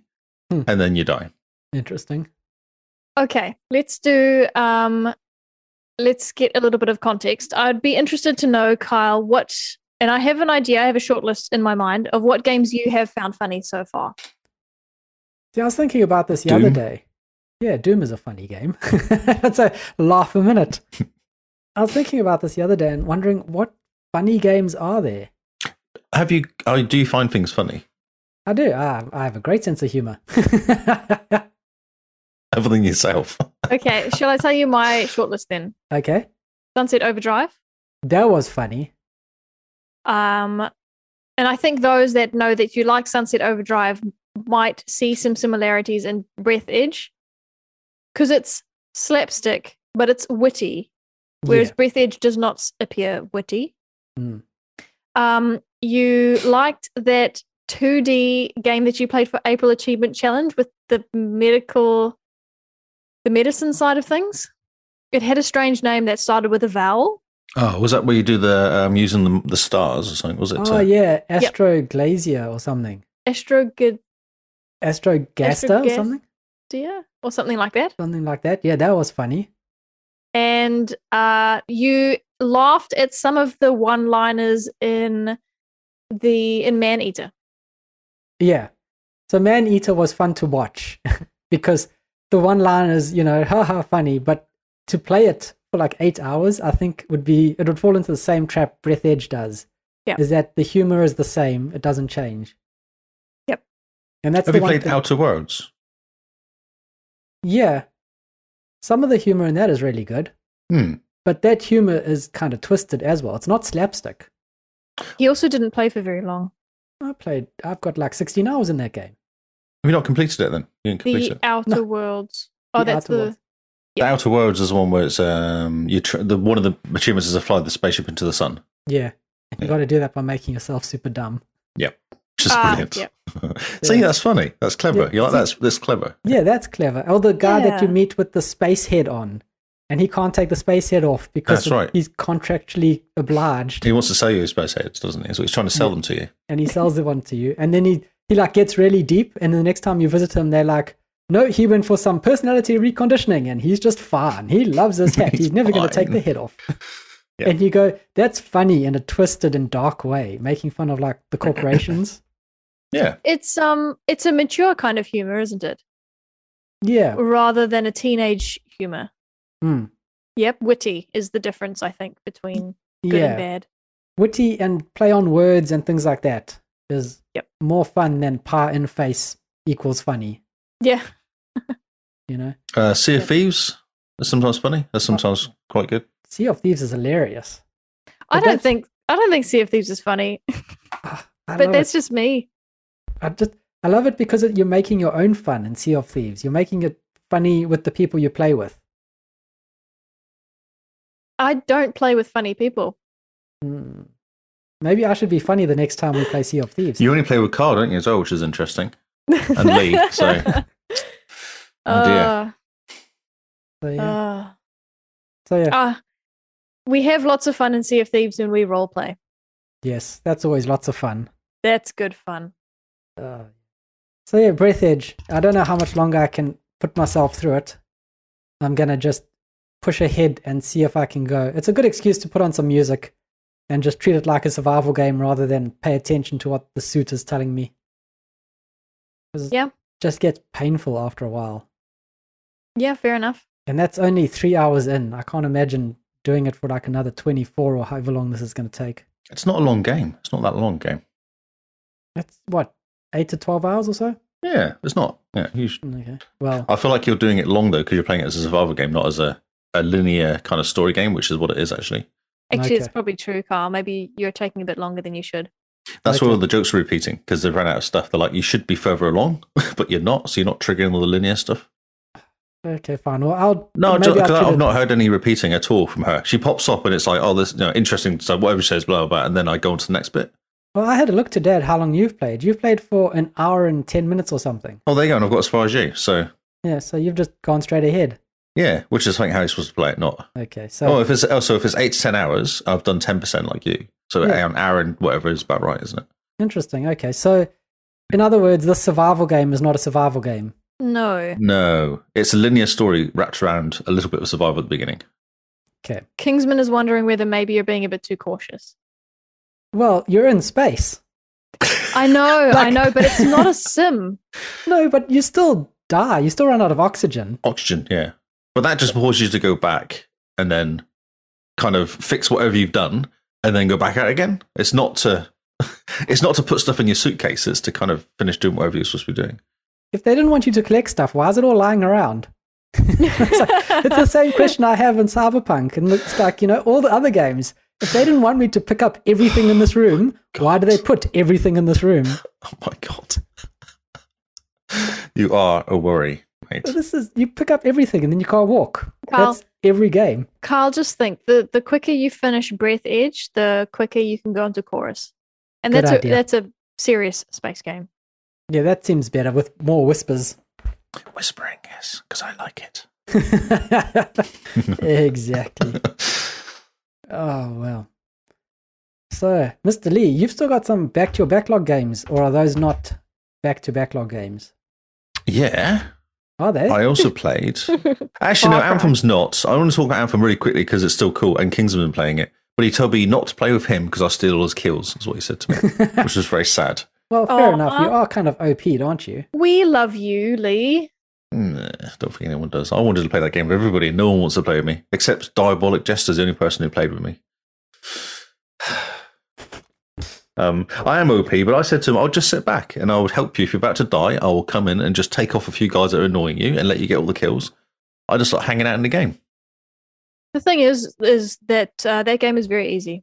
Hmm. and then you die. Interesting. Okay, let's do um let's get a little bit of context. I'd be interested to know, Kyle, what and I have an idea, I have a short list in my mind of what games you have found funny so far. See, I was thinking about this the other Doom? day. Yeah, Doom is a funny game. That's a laugh a minute. I was thinking about this the other day and wondering what funny games are there. Have you? I do you find things funny? I do. I, I have a great sense of humor. Other than yourself. Okay, shall I tell you my short list then? okay, Sunset Overdrive. that was funny. Um and I think those that know that you like Sunset Overdrive might see some similarities in Breath Edge because it's slapstick, but it's witty, whereas Yeah. Breath Edge does not s- appear witty. Mm. Um, you liked that 2D game that you played for April Achievement Challenge with the medical, the medicine side of things. It had a strange name that started with a vowel. Oh, was that where you do the um, using the, the stars or something? Was it? Oh uh, yeah, Astro Glazier or something. Astrogid. Astrogaster or Astrogas- something. dear or something like that. Something like that. Yeah, that was funny. And uh, you laughed at some of the one-liners in the in Man Eater. Yeah. So Man Eater was fun to watch because the one line is, you know, haha funny, but to play it for like eight hours, I think would be it would fall into the same trap Breath Edge does. Yeah. Is that the humor is the same, it doesn't change. Yep. And that's Have the you one played thing- Outer Worlds? Yeah. Some of the humor in that is really good. Hmm. But that humor is kind of twisted as well. It's not slapstick. He also didn't play for very long. I played I've got like sixteen hours in that game. Have you not completed it then? You didn't complete The it. Outer No. Worlds. Oh, The that's Outer the Worlds. The Outer Worlds is the one where it's um you tr- the one of the achievements is to fly the spaceship into the sun, Yeah. You Yeah. gotta do that by making yourself super dumb. which is Ah, brilliant. yep. See, Yeah. that's funny. That's clever. Yeah, You like see- that's that's clever. Yeah, that's clever. Or the guy that you Yeah. meet with the space head on, and he can't take the space head off because That's right. he's contractually obliged, He wants to sell you his space heads, doesn't he? So he's trying to sell them to you. and he sells the one to you, and then he he like gets really deep, and then the next time you visit him, they're like, "No, he went for some personality reconditioning, and he's just fine. He loves his hat. He's, He's never going to take fine." the head off." Yeah. And you go, "That's funny in a twisted and dark way, making fun of like the corporations." Yeah. It's um it's a mature kind of humor, isn't it? yeah, Rather than a teenage humor. Mm. Yep, witty is the difference I think between good yeah. and bad. witty and play on words and things like that is Yep. more fun than pie in face equals funny, Yeah. you know? Uh, sea of Thieves is sometimes funny. That's sometimes quite good. Sea of Thieves is hilarious. I But don't that's- think I don't think Sea of Thieves is funny, Ah, I but love that's it. just me. I just I love it because it, you're making your own fun in Sea of Thieves. You're making it funny with the people you play with. I don't play with funny people. Hmm. Maybe I should be funny the next time we play Sea of Thieves. You only play with Carl, don't you, as well, which is interesting. And Lee, so- Oh, Ah, dear. so, Uh, yeah. uh, so yeah, ah. we have lots of fun in Sea of Thieves when we role play. yes, that's always lots of fun. That's good fun. Uh, so yeah, Breath Edge. I don't know how much longer I can put myself through it. I'm gonna just push ahead and see if I can go. It's a good excuse to put on some music and just treat it like a survival game rather than pay attention to what the suit is telling me. 'Cause it Yeah. Just gets painful after a while. Yeah, fair enough. And that's only three hours in. I can't imagine doing it for like another 24 or however long this is going to take. It's not a long game. It's not that long game. That's what, 8 to 12 hours or so? Yeah, it's not. Yeah, you should- Okay. Well, I feel like you're doing it long though because you're playing it as a survival game, not as a, a linear kind of story game, which is what it is actually. Actually, it's Okay. probably true, Carl. Maybe you're taking a bit longer than you should. That's Okay. where all the jokes are repeating because they've run out of stuff. They're like, you should be further along, but you're not, so you're not triggering all the linear stuff. okay, fine. Well, I'll. No, maybe just, I'll cause treat I've it- not heard any repeating at all from her. She pops up and it's like, oh, this you know, interesting. So whatever she says, blah, blah, blah, and then I go on to the next bit. Well, I had a look today at how long you've played. You've played for an hour and 10 minutes or something. Oh, there you go, and I've got as far as you. So Yeah, so you've just gone straight ahead. yeah, which is I think how you're supposed to play it, not Okay, Oh, so if it's oh, so if it's eight to ten hours, I've done ten percent like you. So Yeah. an hour and whatever is about right, isn't it? interesting. Okay, so in other words, this survival game is not a survival game. No. No, it's a linear story wrapped around a little bit of survival at the beginning. Okay. Kingsman is wondering whether maybe you're being a bit too cautious. Well, you're in space. I know, I Like- know, but it's not a sim. No, but you still die. You still run out of oxygen. Oxygen, yeah, but that just forces you to go back and then kind of fix whatever you've done and then go back out again. It's not to it's not to put stuff in your suitcase. It's to kind of finish doing whatever you're supposed to be doing. If they didn't want you to collect stuff, why is it all lying around? it's, like- it's the same question I have in Cyberpunk and it's like, you know, all the other games. If they didn't want me to pick up everything in this room, why do they put everything in this room? Oh my god, you are a worry, mate. But this is you pick up everything and then you can't walk. Carl. That's every game. Carl, just think the the quicker you finish Breath Edge, the quicker you can go into chorus. And Good that's a idea. that's a serious space game. Yeah, that seems better with more whispers. Whispering, yes, because I like it. exactly. Oh well. So, Mr. Lee, you've still got some back to your backlog games, or are those not back to backlog games? Yeah. Are they? I also played. Actually, no, Far Cry. Anthem's not. I want to talk about Anthem really quickly because it's still cool and King's been playing it. But he told me not to play with him because I steal all his kills, is what he said to me, which was very sad. well, fair Aw. enough. You are kind of OP'd, aren't you? We love you, Lee. Nah, I don't think anyone does. I wanted to play that game with everybody. No one wants to play with me except Diabolic Jester's the only person who played with me. um, I am OP, but I said to him, "I'll just sit back and I will help you. If you're about to die, I will come in and just take off a few guys that are annoying you and let you get all the kills." I just like hanging out in the game. The thing is, is that uh, that game is very easy.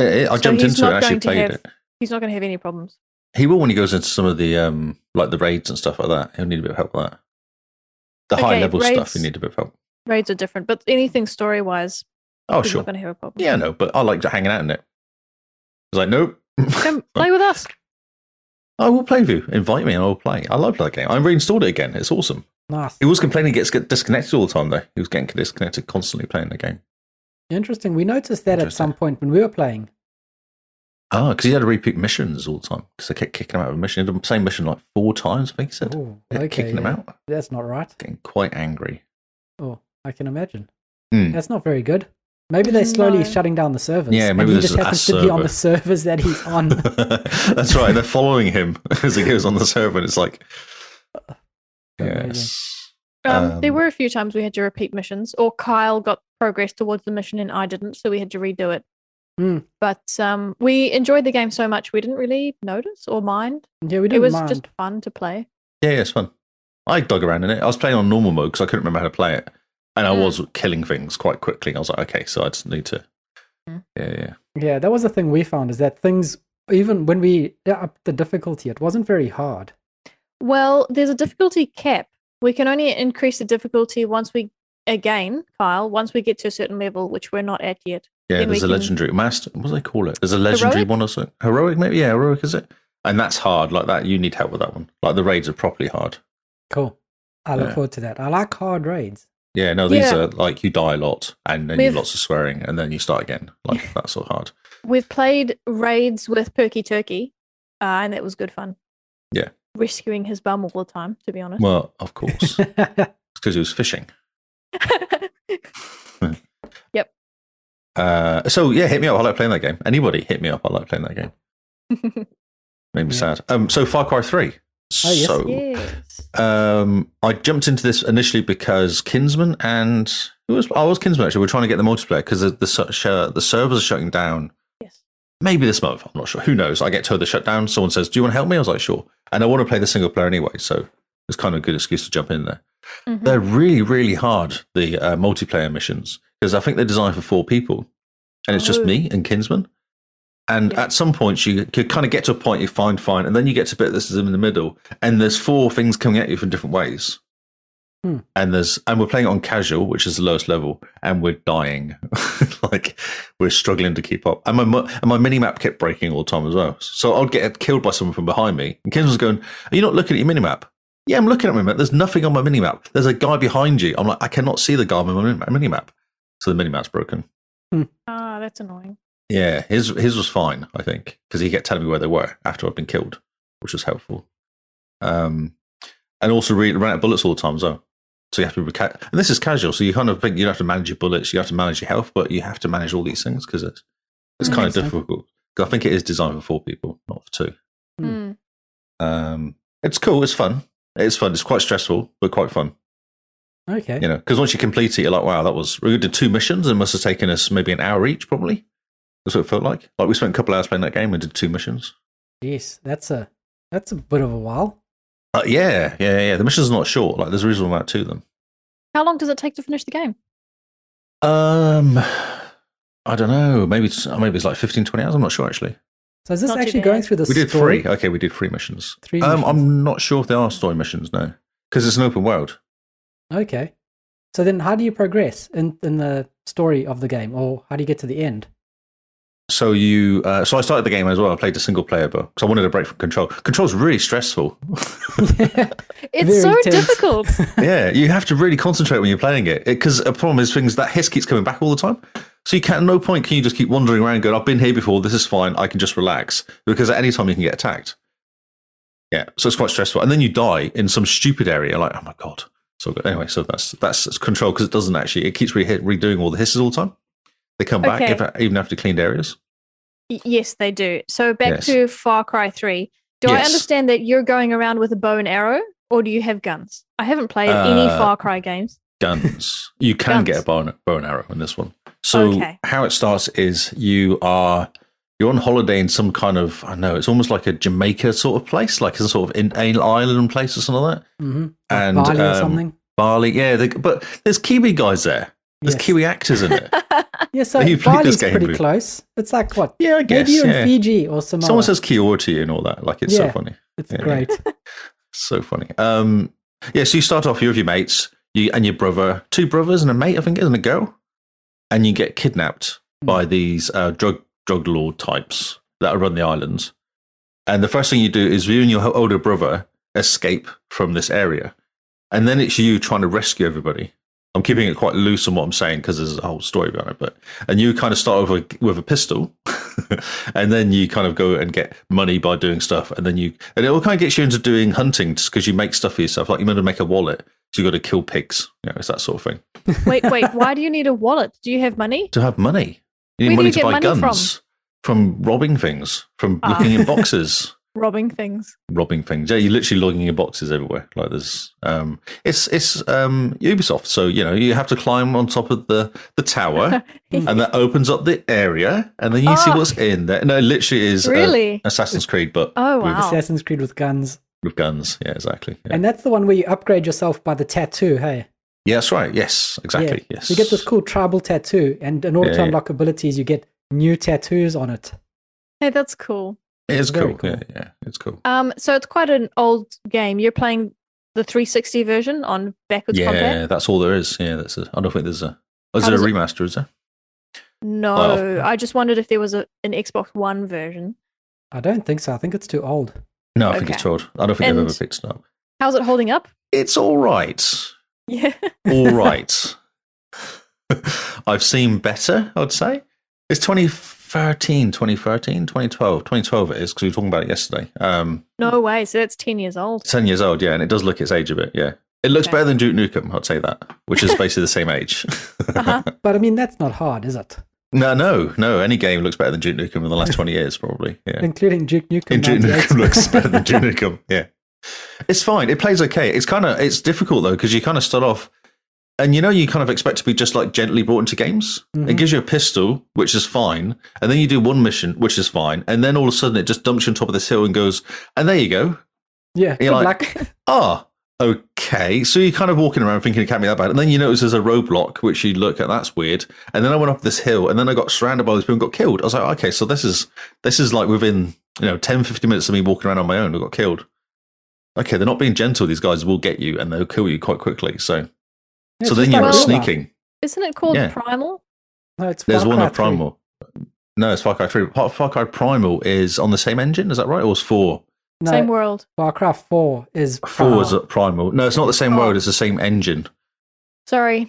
Eh, eh, I So jumped he's into it and not actually going to played have- it. He's not going to have any problems. He will when he goes into some of the um like the raids and stuff like that. He'll need a bit of help with that. The high Okay, level stuff, raids- you need a bit of help. Raids are different, but anything story wise, Oh he's sure, not going to have a problem. yeah, no, but I like hanging out in it. I was like, nope. Come play with us. I will play with you. Invite me and I will play. I love that game. I reinstalled it again. It's awesome. Nice. He was complaining he gets get disconnected all the time, though. He was getting disconnected constantly playing the game. Interesting. We noticed that at Interesting. some point when we were playing. Ah, because he had to repeat missions all the time because they kept kicking him out of a mission. He did the same mission like four times, I think he said. Oh, They kept okay. kicking him yeah. out. That's not right. Getting quite angry. Oh, I can imagine. Hmm. That's not very good. Maybe they're slowly No. shutting down the servers. Yeah, and maybe he this just is a happens to be on the servers that he's on. That's right. They're following him as he goes on the server. And it's like, Amazing. yes. Um, there Um, were a few times we had to repeat missions, or Kyle got progress towards the mission and I didn't, so we had to redo it. Hmm. But um, we enjoyed the game so much we didn't really notice or mind. Yeah, we It didn't was mind. just fun to play. Yeah, yeah, it's fun. I dug around in it. I was playing on normal mode because I couldn't remember how to play it, and I Mm. was killing things quite quickly. I was like, okay, so I just need to. Mm. Yeah, yeah. Yeah, that was the thing we found is that things, even when we upped the difficulty, it wasn't very hard. Well, there's a difficulty cap. We can only increase the difficulty once we, again, Kyle, once we get to a certain level, which we're not at yet. Yeah, Then we there's a can- legendary master. What do they call it? There's a legendary Heroic? one or something. Heroic, maybe. Yeah, heroic is it? And that's hard. Like that, you need help with that one. Like the raids are properly hard. Cool. I look Yeah. forward to that. I like hard raids. Yeah, no, these Yeah. are like you die a lot, and then you We've- lots of swearing, and then you start again. Like that's all hard. We've played raids with Perky Turkey, uh, and that was good fun. Yeah. Rescuing his bum all the time, to be honest. Well, of course, yeah, because he was fishing. Uh, so yeah, hit me up. I like playing that game. Anybody, hit me up. I like playing that game. Made me Yeah. sad. Um, so Far Cry Three. Oh, yes. So yes. um, I jumped into this initially because Kinsman and who was I was Kinsman actually. We are trying to get the multiplayer because the the, ser- sh- the servers are shutting down. Yes. Maybe this month. I'm not sure. Who knows? I get told the shutdown. Someone says, "Do you want to help me?" I was like, "Sure." And I want to play the single player anyway, so it's kind of a good excuse to jump in there. Mm. Mhm. They're really, really hard, the uh, multiplayer missions, because I think they're designed for four people. And it's just Oh. me and Kinsman. And Yeah. at some point, you could kind of get to a point you find fine, and then you get to a bit this is in the middle, and there's four things coming at you from different ways. Hmm. And there's and we're playing on casual, which is the lowest level, and we're dying, like we're struggling to keep up. And my mu- and my mini map kept breaking all the time as well. So I'd get killed by someone from behind me, and Kinsman's going, "Are you not looking at your mini map?" Yeah, I'm looking at my map. There's nothing on my minimap. There's a guy behind you. I'm like, I cannot see the guy on my mini- minimap. So the minimap's broken. Ah, that's annoying. Yeah, his his was fine, I think, because he kept telling me where they were after I'd been killed, which was helpful. Um, and also re- ran out of bullets all the time as well. So you have to be ca- and this is casual, so you kind of think you don't have to manage your bullets, you have to manage your health, but you have to manage all these things because it's it's Mm. kind Makes of sense. difficult. 'Cause I think it is designed for four people, not for two. Hmm. Hmm. Um, it's cool, it's fun, it's fun, it's quite stressful, but quite fun. Okay. You know, because once you complete it, you're like, wow, that was we did two missions and must have taken us maybe an hour each, probably. That's what it felt like. Like we spent a couple hours playing that game and did two missions. Yes, that's a that's a bit of a while. Uh, yeah, yeah, yeah. The missions are not short. Like there's a reasonable amount to them. How long does it take to finish the game? Um, I don't know. Maybe it's, maybe it's like 15, 20 hours. I'm not sure actually. So is this Not too actually going bad. through the We did story? three. Okay, we did three missions. Three Um, missions. I'm not sure if there are story missions no, because it's an open world. Okay. So then, how do you progress in in the story of the game, or how do you get to the end? So you, uh, so I started the game as well. I played a single player, but because I wanted a break from control. Control's really stressful. Mm-hmm. Very It's so tense. difficult. yeah, you have to really concentrate when you're playing it because a problem is things that hiss keeps coming back all the time. So you can at no point can you just keep wandering around going, I've been here before, this is fine, I can just relax because at any time you can get attacked. Yeah, so it's quite stressful, and then you die in some stupid area. Like, oh my god, so good. Anyway, so that's that's it's control because it doesn't actually. It keeps re- redoing all the hisses all the time. They come back Okay. if- even after cleaned areas. Y- Yes, they do. So back Yes. to Far Cry 3. Do I Yes. understand that you're going around with a bow and arrow or do you have guns? I haven't played any Uh, Far Cry games. guns. You can Guns. get a bow and, bow and arrow in this one. So Okay. how it starts is you are you're on holiday in some kind of I don't know it's almost like a Jamaica sort of place, like a sort of in, an island place or something like that. hmm And Bali or um, something. Bali, yeah. They, but there's Kiwi guys there. There's Yes. Kiwi actors in it. Yeah, so Have you played Bali's this game, pretty Luke? close. It's like what? yeah, I guess. Maybe you're yeah. in Fiji or Samoa. Someone says Kiwi to you and all that. Like it's so Yeah. funny. it's yeah. great. So funny. Um, yeah, so you start off, you have your mates, you and your brother, two brothers and a mate, I think, it is, and a girl, and you get kidnapped by these uh, drug drug lord types that run the island. And the first thing you do is you and your ho- older brother escape from this area, and then it's you trying to rescue everybody. I'm keeping it quite loose on what I'm saying because there's a whole story behind it. But and you kind of start with a, with a pistol, and then you kind of go and get money by doing stuff, and then you and it all kind of gets you into doing hunting because you make stuff for yourself. Like you remember to make a wallet, so you got to kill pigs. You know, it's that sort of thing wait, wait. Why do you need a wallet? Do you have money? to have money. You need Where do money you to get buy money from? guns from? robbing things, from Ah. looking in boxes, Robbing things. robbing things. Yeah, you're literally looking in boxes everywhere. Like there's, um, it's it's um, Ubisoft, so you know you have to climb on top of the the tower. and that opens up the area, and then you see Oh. what's in there. No, it literally is uh, really? Assassin's Creed, but Oh, with, wow. Assassin's Creed with guns. with guns. Yeah, exactly. Yeah. And that's the one where you upgrade yourself by the tattoo, hey? yeah, that's right. Yes, exactly. Yeah. Yes, You get this cool tribal tattoo, and in order Yeah, to yeah. unlock abilities, you get new tattoos on it. Hey, that's cool. It's Very cool. cool. Yeah, yeah, it's cool. Um, so it's quite an old game. You're playing the 360 version on backwards combat? yeah, that's all there is. Yeah, that's. A, I don't think there's a. Is How there a does it- remaster? Is there? No, Well- I just wondered if there was a, an Xbox One version. I don't think so. I think it's too old. No, I think it's Okay. too old. I don't think they've And- ever picked it up. How's it holding up? It's all right. Yeah. All right. I've seen better, I'd say. It's 2013, 2013, 2012. 2012 it is, because we were talking about it yesterday. Um, No way. So that's 10 years old. 10 years old, yeah, and it does look its age a bit, yeah. It looks Okay. better than Duke Nukem, I'd say that, which is basically the same age. Uh-huh. But I mean, that's not hard, is it? no, no, no. Any game looks better than Duke Nukem in the last 20 years, probably. Yeah. Including Duke Nukem. In Duke 98. Nukem looks better than Duke Nukem. Yeah, it's fine. It plays okay. It's kind of it's difficult though because you kind of start off, and you know you kind of expect to be just like gently brought into games. It Mm-hmm. Mhm. gives you a pistol, which is fine, and then you do one mission, which is fine, and then all of a sudden it just dumps you on top of this hill and goes, and there you go. Yeah. You're Good like- luck. Ah. Okay, so you're kind of walking around thinking it can't be that bad, and then you notice there's a roadblock, which you look at. That's weird. And then I went up this hill, and then I got surrounded by these people, and got killed. I was like, okay, so this is this is like within you know 10 15 minutes of me walking around on my own i got killed okay they're not being gentle these guys will get you and they'll kill you quite quickly so Yeah, so it's then just you're like Well- Zelda. sneaking Isn't it called Yeah. Primal? No, it's there's Far one Cry of 3. primal no it's far cry 3 Far- far cry primal is on the same engine is that right or was 4 No, Same world. Far Cry 4 is. 4 was Primal. at primal no it's not the same Oh. world it's the same engine Sorry.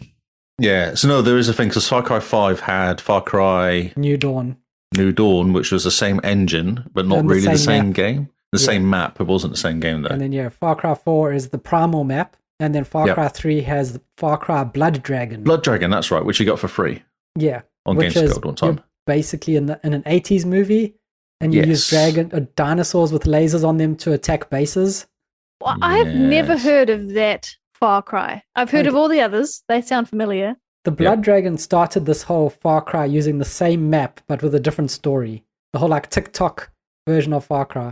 yeah so no there is a thing because far cry 5 had far cry New Dawn. new dawn which was the same engine but not And the really the same same map. game the Yeah. same map it wasn't the same game though And then, yeah, Far Cry 4 is the Primal map. And then Far Yep. Cry 3 has the Far Cry Blood Dragon. blood dragon that's right which you got for free Yeah. on which Games is Guild one time. you're basically in, the, in an 80s movie. And you use Yes. dragon uh, dinosaurs with lasers on them to attack bases. Well, I've never Yes. heard of that Far Cry. I've heard Oh, of all the others. They sound familiar. The Blood Dragon started this whole Far Cry using the same map but with a different story. The whole like TikTok version of Far Cry.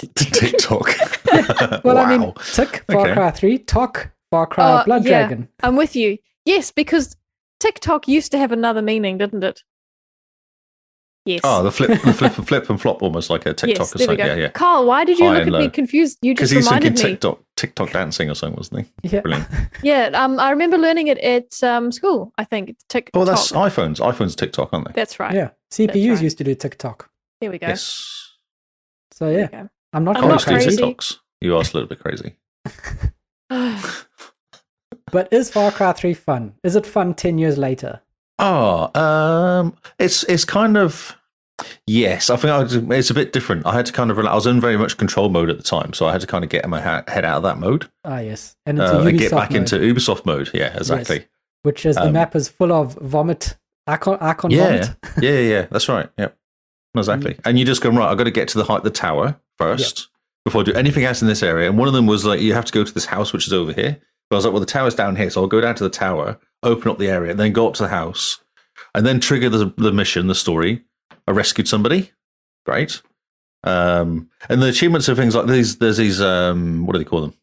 TikTok. Well, wow. I mean, Tick Far Okay. Cry Three, Tok Far Cry Uh, Blood yeah. Dragon. I'm with you. Yes, because TikTok used to have another meaning, didn't it? Yes. oh, the flip, the flip, flip and flop, almost like a TikTok yes, or there we something. go. Yeah, yeah. Carl, why did you High look and at me low. confused? You Because just he's thinking reminded me. TikTok, TikTok dancing or something, wasn't he? Yeah, Brilliant. Yeah, um, I remember learning it at um, school. I think TikTok. Oh, that's iPhones. iPhones are TikTok, aren't they? That's right. yeah. CPUs right. used to do TikTok. There we go. Yes. So There yeah, we go. I'm not I'm Close not to crazy, crazy. TikToks. You are still a little bit crazy. but is Far Cry Three fun? Is it fun ten years later? Ah, Oh, um, it's it's kind of Yes, I think I was, it's a bit different. I had to kind of relax. I was in very much control mode at the time, so I had to kind of get my ha- head out of that mode Ah, yes. And into uh, Ubisoft and get back mode, into Ubisoft mode. Yeah, exactly. which is the um, map is full of vomit icon icon Yeah. vomit. yeah, yeah, yeah, that's right. Yep, exactly. And you just go right. I've got to get to the height, the tower first before I do anything else in this area. And one of them was like, you have to go to this house, which is over here. But I was like, well, the tower's down here, so I'll go down to the tower, open up the area, and then go up to the house, and then trigger the the mission, the story. I rescued somebody. Great. Um, and the achievements are things like these. There's these. Um, what do they call them?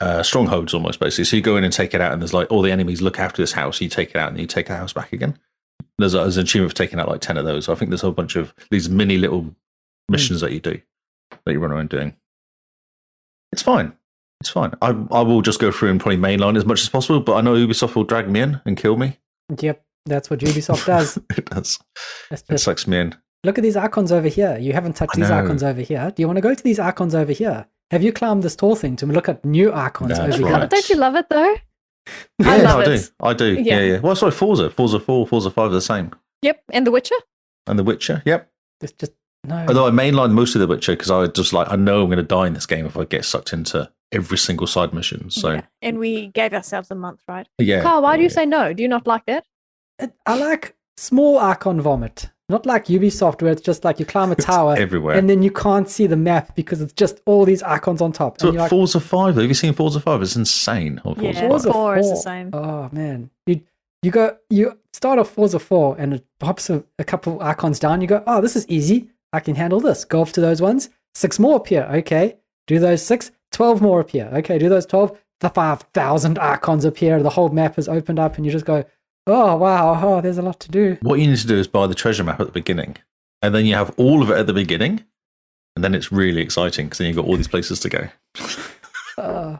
Uh, strongholds, almost basically. So you go in and take it out, and there's like all the enemies look after this house. You take it out, and you take the house back again there's, a, there's an achievement for taking out like 10 of those. I think there's a whole bunch of these mini little Hmm. missions that you do, that you run around doing. It's fine. It's fine. I, I will just go through and probably mainline as much as possible, but I know Ubisoft will drag me in and kill me. Yep, that's what Ubisoft does. it does. It's It just, sucks me in. look at these icons over here. You haven't touched I these know. icons over here. Do you want to go to these icons over here? Have you climbed this tall thing to look at new icons That's over right. here? Don't you love it though? I Yeah, love I it. do. I do. Yeah, Yeah. yeah. Well, sorry, Forza. Forza 4, Forza 5 are the same. Yep. And The Witcher? And The Witcher. Yep. It's just Hmm. no. Although I mainlined most of The Witcher because I was just like, I know I'm going to die in this game if I get sucked into every single side mission. So, Yeah. And we gave ourselves a month, right? yeah. Carl, why do Yeah. you say no? Do you not like that? It- I like small icon vomit, not like Ubisoft where it's just like you climb a It's tower everywhere. and then you can't see the map because it's just all these icons on top. So and you're like, Forza Five, have you seen Forza Five? It's insane. on Forza Yeah. 5. Forza four is the same. Oh man, you you go you start off Forza four and it pops a, a couple icons down. You go, oh, this is easy. I can handle this. Go up to those ones. Six more appear. Okay, do those six. Twelve more appear. Okay, do those twelve. The five thousand icons appear. The whole map is opened up, and you just go, oh wow, oh, there's a lot to do. What you need to do is buy the treasure map at the beginning, and then you have all of it at the beginning, and then it's really exciting because then you've got all these places to go. Uh,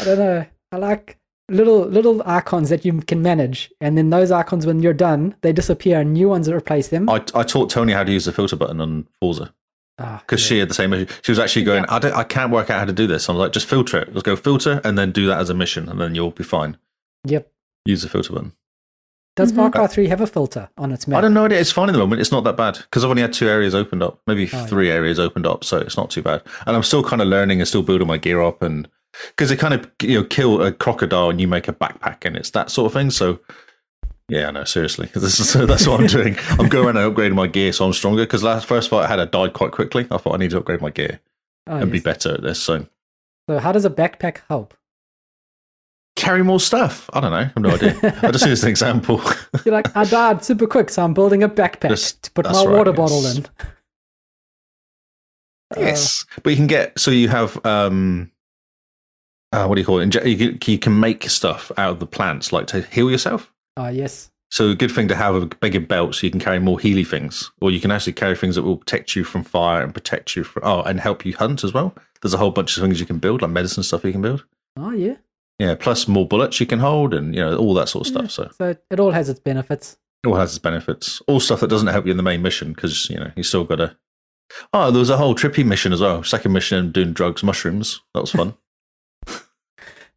I don't know. I like little little icons that you can manage, and then those icons, when you're done, they disappear, and new ones replace them. I, I taught Tony how to use the filter button on Forza Ah, because yeah. she had the same issue. She was actually going, I, don't, I can't work out how to do this. I was like, just filter it. Let's go filter and then do that as a mission, and then you'll be fine. Yep. Use the filter button. Does Mhm. Far Cry 3 have a filter on its map? I don't know. It's fine at the moment. It's not that bad because I've only had two areas opened up, maybe Oh, three areas opened up, so it's not too bad. And I'm still kind of learning and still building my gear up, and because they kind of you know kill a crocodile and you make a backpack and it's that sort of thing. So yeah, no, seriously, this is, that's what I'm doing. I'm going around and upgrading my gear so I'm stronger. Because last first fight I had, I died quite quickly. I thought I need to upgrade my gear Oh, and be yes. better at this. So So how does a backpack help? carry more stuff. I don't know. I have no idea. I just use an example. You're like, I died super quick, so I'm building a backpack Just- to put my that's right, water yes. bottle in. Yes, Oh. but you can get so you have um, uh, what do you call it? Inje- you, can, you can make stuff out of the plants, like to heal yourself. Uh, ah, yes. So a good thing to have a bigger belt, so you can carry more healy things, or you can actually carry things that will protect you from fire and protect you from oh, and help you hunt as well. There's a whole bunch of things you can build, like medicine stuff you can build. Oh, yeah. Yeah, plus more bullets you can hold, and you know all that sort of stuff. So So it- it all has its benefits. it all has its benefits. All stuff that doesn't help you in the main mission because you know you still got to. Oh, there was a whole trippy mission as well. Second mission, doing drugs, mushrooms. That was fun.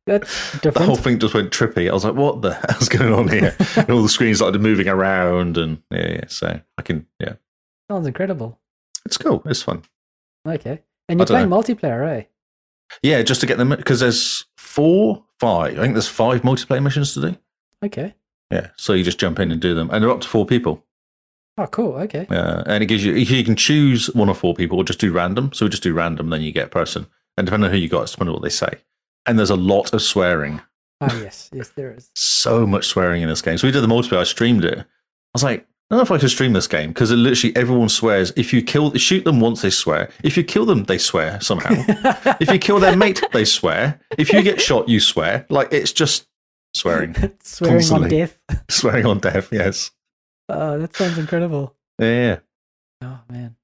That's the whole different. thing just went trippy. I was like, "What the hell's going on here?" and all the screens started moving around, and yeah, yeah. So I can, yeah, Sounds incredible. it's cool. It's fun. Okay. And I you're dunno. playing multiplayer, eh? Yeah, just to get them because there's four, five. I think there's five multiplayer missions to do. Okay. Yeah, so you just jump in and do them, and they're up to four people. Oh, cool. Okay. Uh, and it gives you you can choose one or four people, or just do random. So we just do random, then you get a person, and depending on who you got, it's depending on what they say. And there's a lot of swearing. Oh, yes. Yes, there is. so much swearing in this game. So we did the multiplayer. I streamed it. I was like, I don't know if I could stream this game because it literally everyone swears. If you kill, shoot them once, they swear. If you kill them, they swear somehow. if you kill their mate, they swear. If you get shot, you swear. Like it's just swearing, Swearing Constantly. on death. swearing on death. Yes, Oh, that sounds incredible. yeah. Oh, man.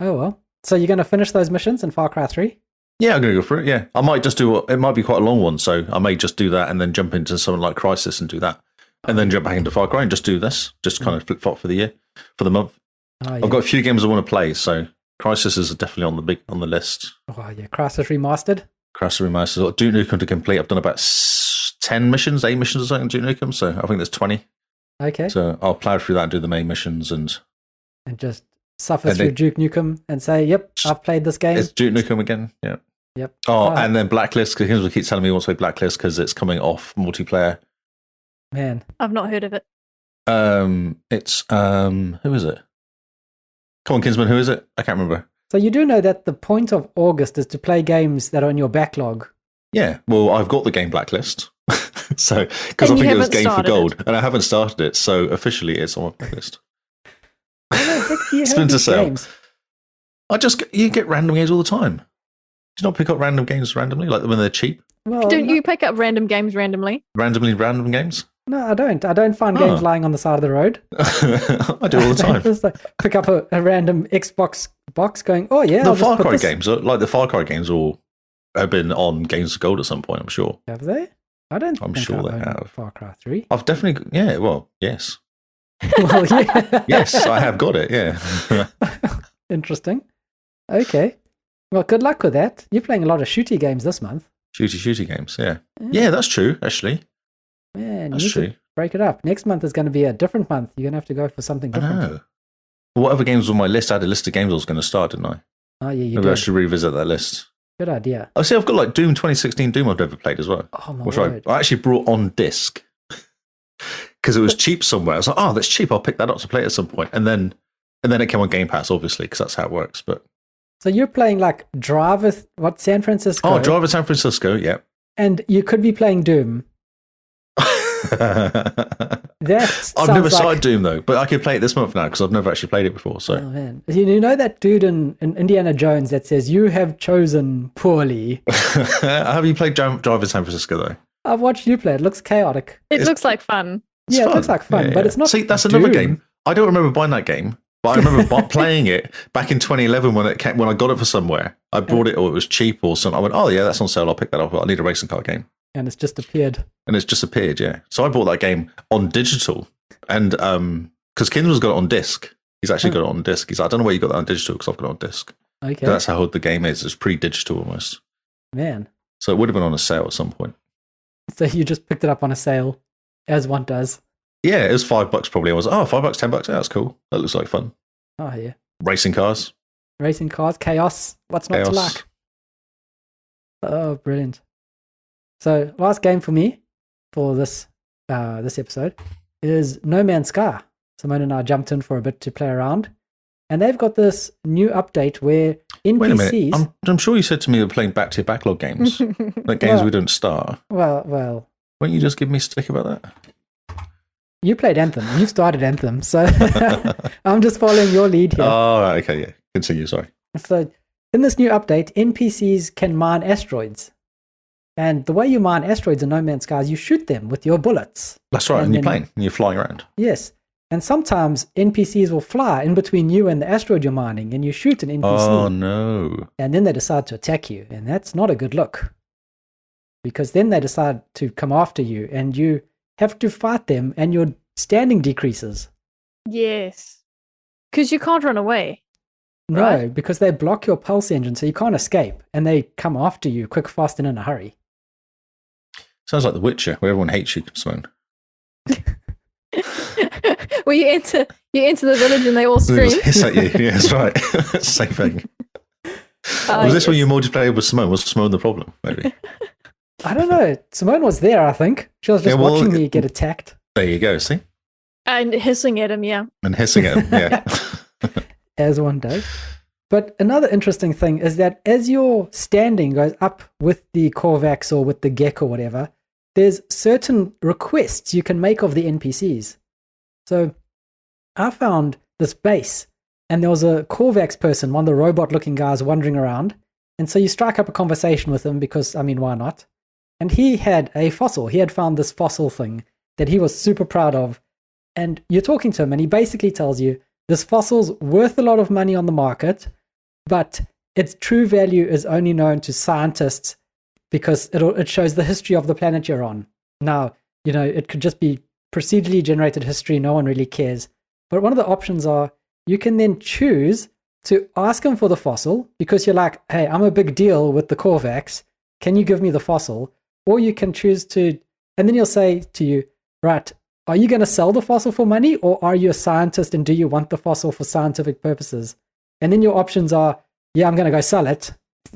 Oh, well. So you're going to finish those missions in Far Cry 3? Yeah, I'm gonna go for it. Yeah, I might just do what it might be quite a long one, so I may just do that and then jump into something like Crisis and do that, and then jump back into Far Cry and just do this, just kind of flip flop for the year, for the month. Oh, yeah. I've got a few games I want to play, so Crisis is definitely on the big on the list. Oh, yeah. Crisis Remastered. Crisis Remastered, or Duke Nukem to complete. I've done about s- ten missions, eight missions or something. in Duke Nukem, so I think there's twenty. Okay. So I'll plow through that and do the main missions and and just suffer And through they- Duke Nukem and say, "Yep, I've played this game." It's Duke Nukem again. Yeah. Yep. Oh, Oh. and then Blacklist, because Himsel keeps telling me he wants to play Blacklist because it's coming off multiplayer. Man, I've not heard of it. Um, it's, um, who is it? Come on, Kinsman, who is it? I can't remember. so you do know that the point of August is to play games that are in your backlog. Yeah. Well, I've got the game Blacklist. so, because I And you think it was haven't Game for started Gold, and I haven't started it. So, officially, it's on my blacklist. You have Splinter these Cell. games. I just, get- you get random games all the time. Do you not pick up random games randomly, like when they're cheap? Well, Don't no, you pick up random games randomly? Randomly random games? No, I don't. I don't find games Oh. lying on the side of the road. I do all the time. Just, like, pick up a, a random Xbox box, going, "Oh yeah, the I'll just Far put Cry this-" games, are, like the Far Cry games, all have been on Games of Gold at some point. I'm sure. Have they? I don't. I'm think sure I they own have. Far Cry Three. I've definitely, yeah. Well, yes, well, yeah. yes, I have got it. Yeah, Interesting. Okay. Well, good luck with that. You're playing a lot of shooty games this month. shooty shooty games. Yeah, yeah, that's true. Actually, Man, you that's need true. to break it up. Next month is going to be a different month. You're going to have to go for something I different. know. Oh. What other games were on my list? I had a list of games I was going to start, didn't I? Oh, yeah, you Maybe I did. should revisit that list. Good idea. I see. I've got like Doom 2016, Doom I've never played as well, Oh, my which I, word. I actually brought on disc because it was cheap somewhere. I was like, oh, that's cheap. I'll pick that up to play at some point, and then and then it came on Game Pass, obviously, because that's how it works. But So you're playing like Driver, what, San Francisco? Oh, Driver San Francisco, yeah. And you could be playing Doom. I've That sounds never like- started Doom though, but I could play it this month now because I've never actually played it before. So Oh, man. You you know that dude in, in Indiana Jones that says, You have chosen poorly. have you played Dri- Driver San Francisco though? I've watched you play. It looks chaotic. It It's- looks like fun. Yeah, it looks like fun, but it's not See, that's another Doom. game. I don't remember buying that game, but I remember bu- playing it back in 2011 when it came, when I got it for somewhere. I bought it or it was cheap or something. I went, oh yeah, that's on sale. I'll pick that up. I need a racing car game, And it's just appeared. and it's just appeared. Yeah, so I bought that game on digital, and um, because Kinsley's got it on disc. He's actually got it on disc. He's like, I don't know where you got that on digital because I've got it on disc. Hmm. Okay. So That's how old the game is. It's pre-digital almost. man. So it would have been on a sale at some point. So you just picked it up on a sale, as one does. Yeah, it was five bucks probably. I was oh five bucks, ten bucks. Yeah, that's cool. That looks like fun. Oh yeah, Racing cars, racing cars, chaos. What's not chaos. to like? Oh, brilliant! So last game for me for this uh, this episode is No Man's Sky. Simone and I jumped in for a bit to play around, and they've got this new update where NPCs. Wait a minute. I'm, I'm sure you said to me you're playing back to your backlog games, like games Yeah. we don't start. Well, well, Won't you just give me a stick about you played Anthem. You've started Anthem, so that? I'm just following your lead here. Oh, right, okay, yeah. Continue. Sorry. So, in this new update, NPCs can mine asteroids. And the way you mine asteroids in No Man's Sky is you shoot them with your bullets. That's right. And, And you're then- playing and you're flying around. Yes. And sometimes NPCs will fly in between you and the asteroid you're mining, and you shoot an NPC, Oh no. and then they decide to attack you. And that's not a good look. Because then they decide to come after you, and you have to fight them, and your standing decreases. yes. Because you can't run away. No, Right. because they block your pulse engine, so you can't escape, and they come after you quick, fast, and in a hurry. Sounds like The Witcher, where everyone hates you, Simone. well, you enter you enter the village and they all They scream. just hiss at you. Yeah, that's right. Same thing. Uh, Oh, was this when yes. you multiplayer with Simone? Was Simone the problem? Maybe. I don't know. Simone was there, I think. She was just Yeah, well, watching me get attacked. There you go. See, And hissing at him, yeah. and hissing at him. Yeah. as one does. But another interesting thing is that as your standing goes up with the Corvax or with the Gek or whatever, there's certain requests you can make of the NPCs. So I found this base, and there was a Corvax person, one of the robot looking guys wandering around. And so you strike up a conversation with him because, I mean, why not? And he had a fossil. He had found this fossil thing that he was super proud of. And you're talking to him, and he basically tells you, this fossil's worth a lot of money on the market, but its true value is only known to scientists because it'll, it shows the history of the planet you're on. Now, you know, it could just be procedurally generated history, no one really cares. But one of the options are you can then choose to ask him for the fossil because you're like, hey, I'm a big deal with the Corvax. Can you give me the fossil? Or you can choose to, and then he'll say to you, right, Are you going to sell the fossil for money or are you a scientist and do you want the fossil for scientific purposes? And then your options are, yeah, I'm going to go sell it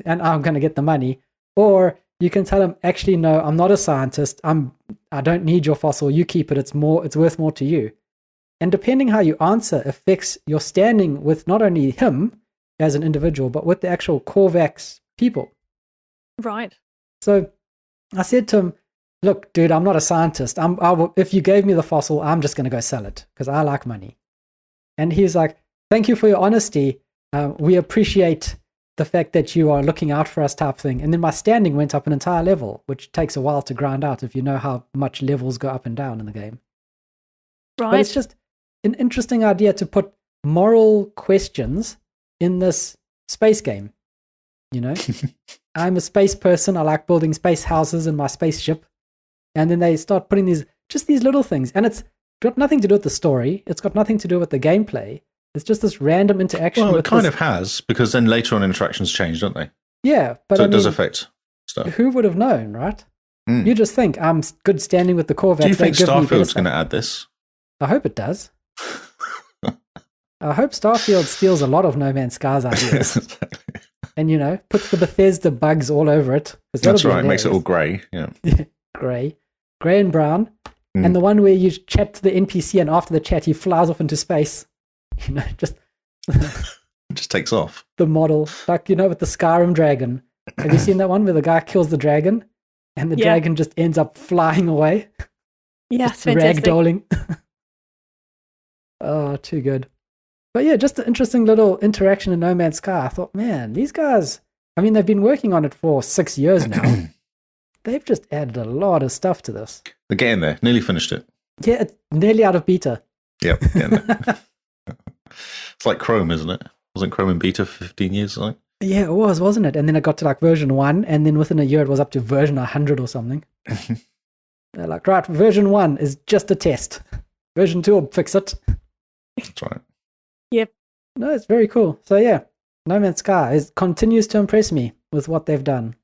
and I'm going to get the money. Or you can tell them, actually, no, I'm not a scientist. I'm, I don't need your fossil. You keep it. It's more, it's worth more to you. And depending how you answer affects your standing with not only him as an individual, but with the actual Corvax people. Right. So I said to him, "Look, dude, I'm not a scientist. I'm, I will, if you gave me the fossil, I'm just going to go sell it because I like money." And he's like, "Thank you for your honesty. Uh, we appreciate the fact that you are looking out for us," type thing. And then my standing went up an entire level, which takes a while to grind out if you know how much levels go up and down in the game. Right. But it's just an interesting idea to put moral questions in this space game. You know, I'm a space person. I like building space houses in my spaceship. And then they start putting these, just these little things. And it's got nothing to do with the story. It's got nothing to do with the gameplay. It's just this random interaction. Well, it with kind this- of has because then later on interactions change, don't they? Yeah, but so I it does mean, affect stuff. who would have known, right? Mm. You just think I'm s- good standing with the Corvette. Do you they think give me better Starfield's stuff." going to add this? I hope it does. I hope Starfield steals a lot of No Man's Sky's ideas. and you know puts the Bethesda bugs all over it. 'cause that'll That's be right. It makes it all hilarious. grey. Yeah. grey, grey and brown, Mm. and the one where you chat to the NPC and after the chat he flies off into space. You know, just It just takes off. the model, like you know, with the Skyrim dragon. Have you seen that one where the guy kills the dragon, and the Yeah. dragon just ends up flying away, yeah, it's fantastic. ragdolling? oh, too good. But yeah, just an interesting little interaction in No Man's Sky. I thought, man, these guys. I mean, they've been working on it for six years now. they've just added a lot of stuff to this. They're getting there. Nearly finished it. Yeah, it's nearly out of beta. Yep. Getting there. it's like Chrome, isn't it? Wasn't Chrome in beta for 15 years? Like? Yeah, it was, wasn't it? And then it got to like version one, and then within a year it was up to version 100 or something. They're like, right, version one is just a test. Version two will fix it. That's right. No, it's very cool. So yeah, No Man's Sky is, continues to impress me with what they've done.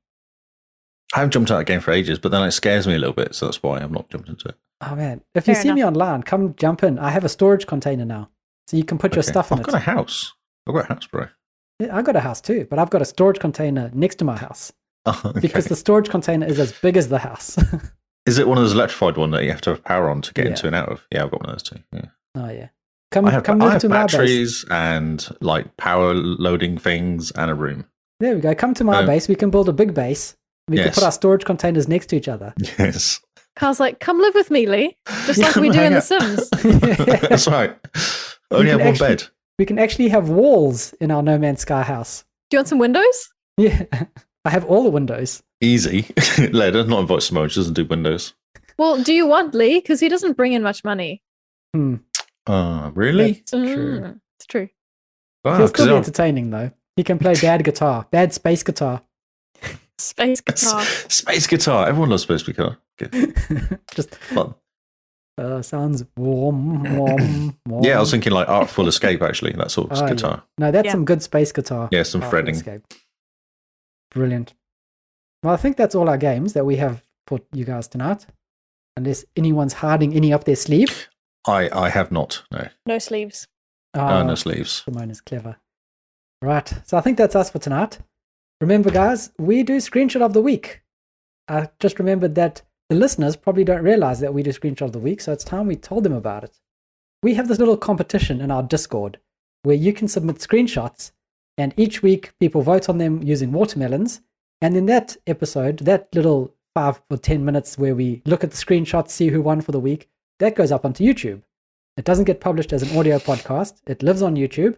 I haven't jumped out of game for ages, but then it scares me a little bit, so that's why I've not jumped into it. Oh man, if you Fair see me online, come jump in. I have a storage container now, so you can put your Okay. stuff in I've it. got a house. I've got a house, bro. Yeah, I got a house too, but I've got a storage container next to my house Oh, okay. because the storage container is as big as the house. Is it one of those electrified one that you have to have power on to get Yeah. into and out of? Yeah, I've got one of those too. Yeah. oh yeah, come I have, come I move have to my base. batteries and like power loading things and a room. There we go. Come to my Um, base. We can build a big base. We can Yes. put our storage containers next to each other. Yes. Carl's like, come live with me, Lee. Just like we do in The Sims. That's right. can Only have one actually- bed. We can actually have walls in our No Man's Sky house. Do you want some windows? Yeah. I have all the windows. Easy. Later, not invite Simone. She doesn't do windows. Well, do you want Lee? Because he doesn't bring in much money. Hmm. Uh, really? That's true. Mm, it's true. Wow, He'll still be 'cause entertaining though. He can play bad guitar, bad space guitar. Space I'm- guitar. Space guitar. Everyone loves space guitar. Good. Just Well, uh, sounds warm, warm, warm. yeah, I was thinking like Artful Escape, actually. That sort of Oh, yeah. guitar. No, that's Yeah. some good space guitar. Yeah, some Oh, fretting. Escape. Brilliant. Well, I think that's all our games that we have for you guys tonight. Unless anyone's hiding any up their sleeve. I, I have not. No. No sleeves. Uh, Oh, no sleeves. Simone is clever. Right. So I think that's us for tonight. Remember, guys, we do screenshot of the week. I just remembered that the listeners probably don't realize that we do screenshot of the week, so it's time we told them about it. We have this little competition in our Discord where you can submit screenshots, and each week people vote on them using watermelons. And in that episode, that little five or 10 minutes where we look at the screenshots, see who won for the week, that goes up onto YouTube. It doesn't get published as an audio podcast. It lives on YouTube,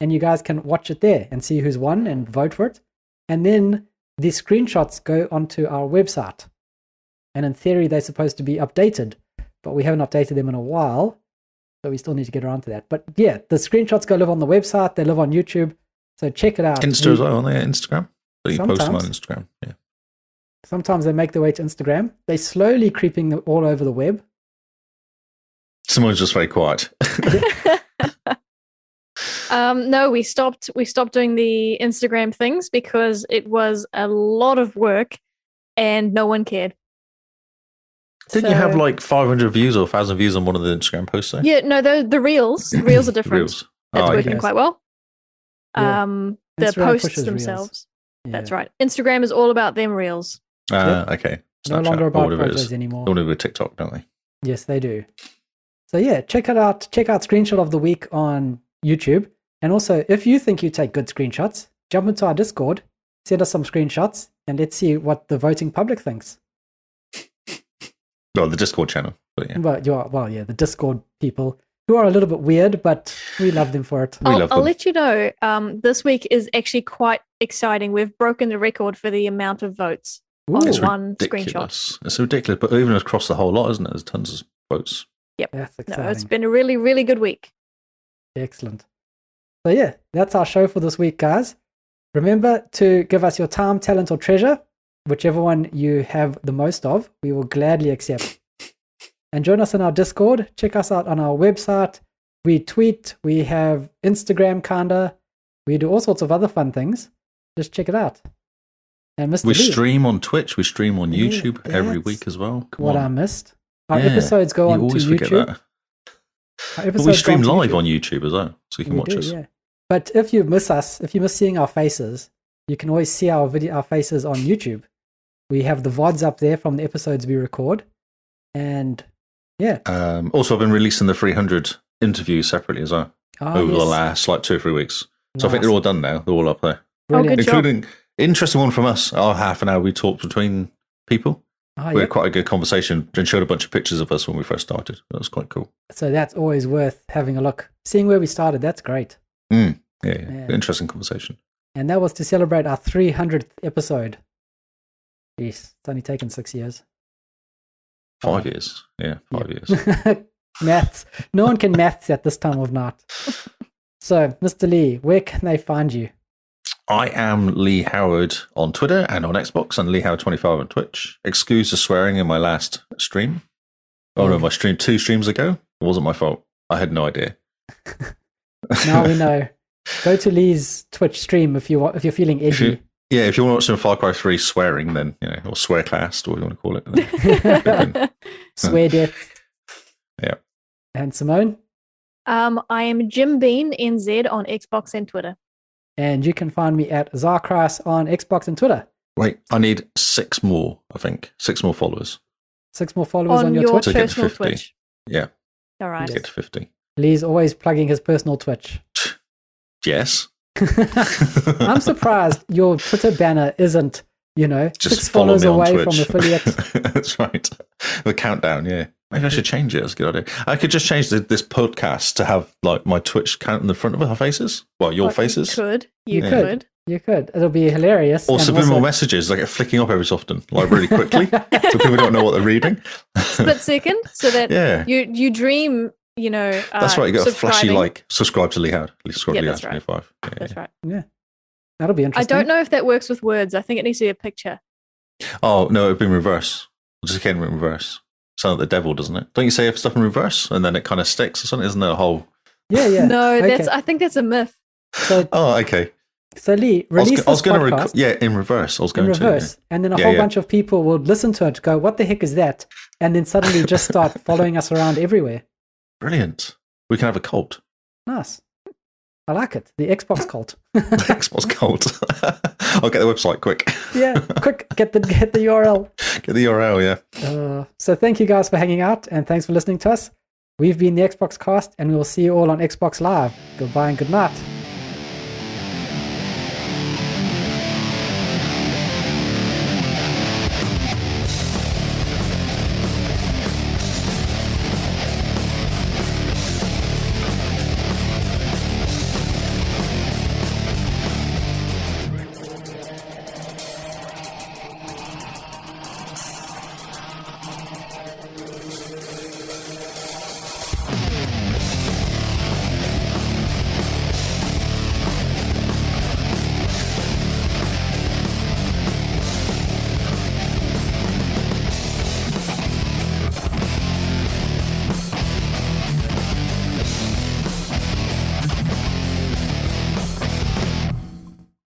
and you guys can watch it there and see who's won and vote for it. And then the screenshots go onto our website. And in theory, they're supposed to be updated, but we haven't updated them in a while. So we still need to get around to that. But yeah, the screenshots go live on the website, they live on YouTube. So check it out. Insta as well, aren't they? Instagram? So you post them on Ah, Sometimes. Instagram. Yeah. Sometimes they make their way to Instagram. They're slowly creeping all over the web. Simone's just very quiet. Um, no, we stopped. We stopped doing the Instagram things because it was a lot of work, and no one cared. Didn't you have So- like 500 views or 1,000 views on one of the Instagram posts? Though? Yeah, no, the the reels. The reels are The different. reels. That's Oh, working okay. okay. quite well. Yeah. Um, the Instagram posts pushes reels. themselves. Yeah. That's right. Instagram is all about them reels. Uh, okay. No Snapchat, longer or about whatever it is. photos anymore. They want to do a TikTok, don't they? Yes, they do. So yeah, check it out. Check out screenshot of the week on YouTube. And also, if you think you take good screenshots, jump into our Discord, send us some screenshots, and let's see what the voting public thinks. Well, the Discord channel. But yeah, Well, you are well, yeah, the Discord people who are a little bit weird, but we love them for it. we I'll, love I'll them. let you know. Um, this week is actually quite exciting. We've broken the record for the amount of votes on It's one screenshot. ridiculous. It's ridiculous, but even across the whole lot, isn't it? There's tons of votes. That's No, exciting. it's been a really, really good week. Excellent. So yeah, that's our show for this week, guys. Remember to give us your time, talent, or treasure, whichever one you have the most of. We will gladly accept. And join us in our Discord. Check us out on our website. We tweet. We have Instagram, kinda. We do all sorts of other fun things. Just check it out. And Mr. We Lee, stream on Twitch. We stream on Yeah, YouTube every that's week as well. Come what I on. missed. Our Yeah, episodes go you on to always forget YouTube. that. Our But episodes we go stream onto live YouTube. on YouTube as well, so you can We watch do, us. yeah. But if you miss us, if you miss seeing our faces, you can always see our video, our faces on YouTube. We have the vods up there from the episodes we record, and yeah, Um, also, I've been releasing the 300 interviews separately as well Ah, over the yes. last like two or three weeks. So I Nice. think they're all done now. They're all up there, Good Brilliant. job. including interesting one from us. Our half an hour we talked between people. Ah, we yeah. had quite a good conversation and showed a bunch of pictures of us when we first started. That was quite cool. So that's always worth having a look. Seeing where we started, that's great. Yeah, yeah. Yeah. interesting conversation. And that was to celebrate our 300th episode. Yes, it's only taken six years. Five years, yeah, five years. maths. No one can maths at this time of night. So, Mr. Lee, where can they find you? I am Lee Howard on Twitter and on Xbox, and Lee Howard25 on Twitch. Excuse the swearing in my last stream. Oh no, my stream two streams ago. It wasn't my fault. I had no idea. now we know. Go to Lee's Twitch stream if you want, if you're feeling If you, edgy. yeah, if you want to watch some Far Cry 3 swearing, then, you know, or swear cast, or what you want to call it. then- Swear death. Yeah. And Simone, um, I am Jim Bean NZ on Xbox and Twitter. and you can find me at Zarkras on Xbox and Twitter. Wait, I need six more, I think. Six more followers Six more followers on, your, Twitch. Twitch. personal Ticket 50. Twitch. Yeah. All right. to get to 50. Lee's always plugging his personal Twitch. Yes. I'm surprised your Twitter banner isn't, you know, six follow followers me on away Twitch. from affiliate. That's right. The countdown, yeah. Maybe I should change it. That's a good idea. I could just change the, this podcast to have like my Twitch count in the front of our faces. Well, your Like, faces. You could. You Yeah. could. You could. It'll be hilarious. Or and subliminal also- messages that get flicking up every so often, like really quickly, so people don't know what they're reading. Split second so that yeah. you you dream, you know. Uh, That's right. You got a flashy subscribing. like subscribe to Lee Howard. Subscribe Yeah, to Lee Howard that's 25. Yeah, That's yeah. right. That'll be I interesting. don't know if that works with words. I think it needs to be a picture. Oh, no, it'd be in reverse. It just came in reverse. Sound like the devil, doesn't it? Don't you say stuff in reverse and then it kind of sticks or something? Isn't there a whole. Yeah, yeah. No, Okay. that's. I think that's a myth. So, Oh, okay. so Lee, I was, release I was this going to. podcast. Rec- yeah, in reverse. I was in going to. yeah. reverse. And then a Yeah, whole yeah. bunch of people will listen to it, go, what the heck is that? And then suddenly just start following us around everywhere. Brilliant. We can have a cult. Nice. I like it. The Xbox cult. Xbox cult. I'll get the website quick. yeah. Quick, get the get the URL. Get the URL, yeah. Uh, so thank you guys for hanging out and thanks for listening to us. We've been the Xbox cast and we will see you all on Xbox Live. Goodbye and good night.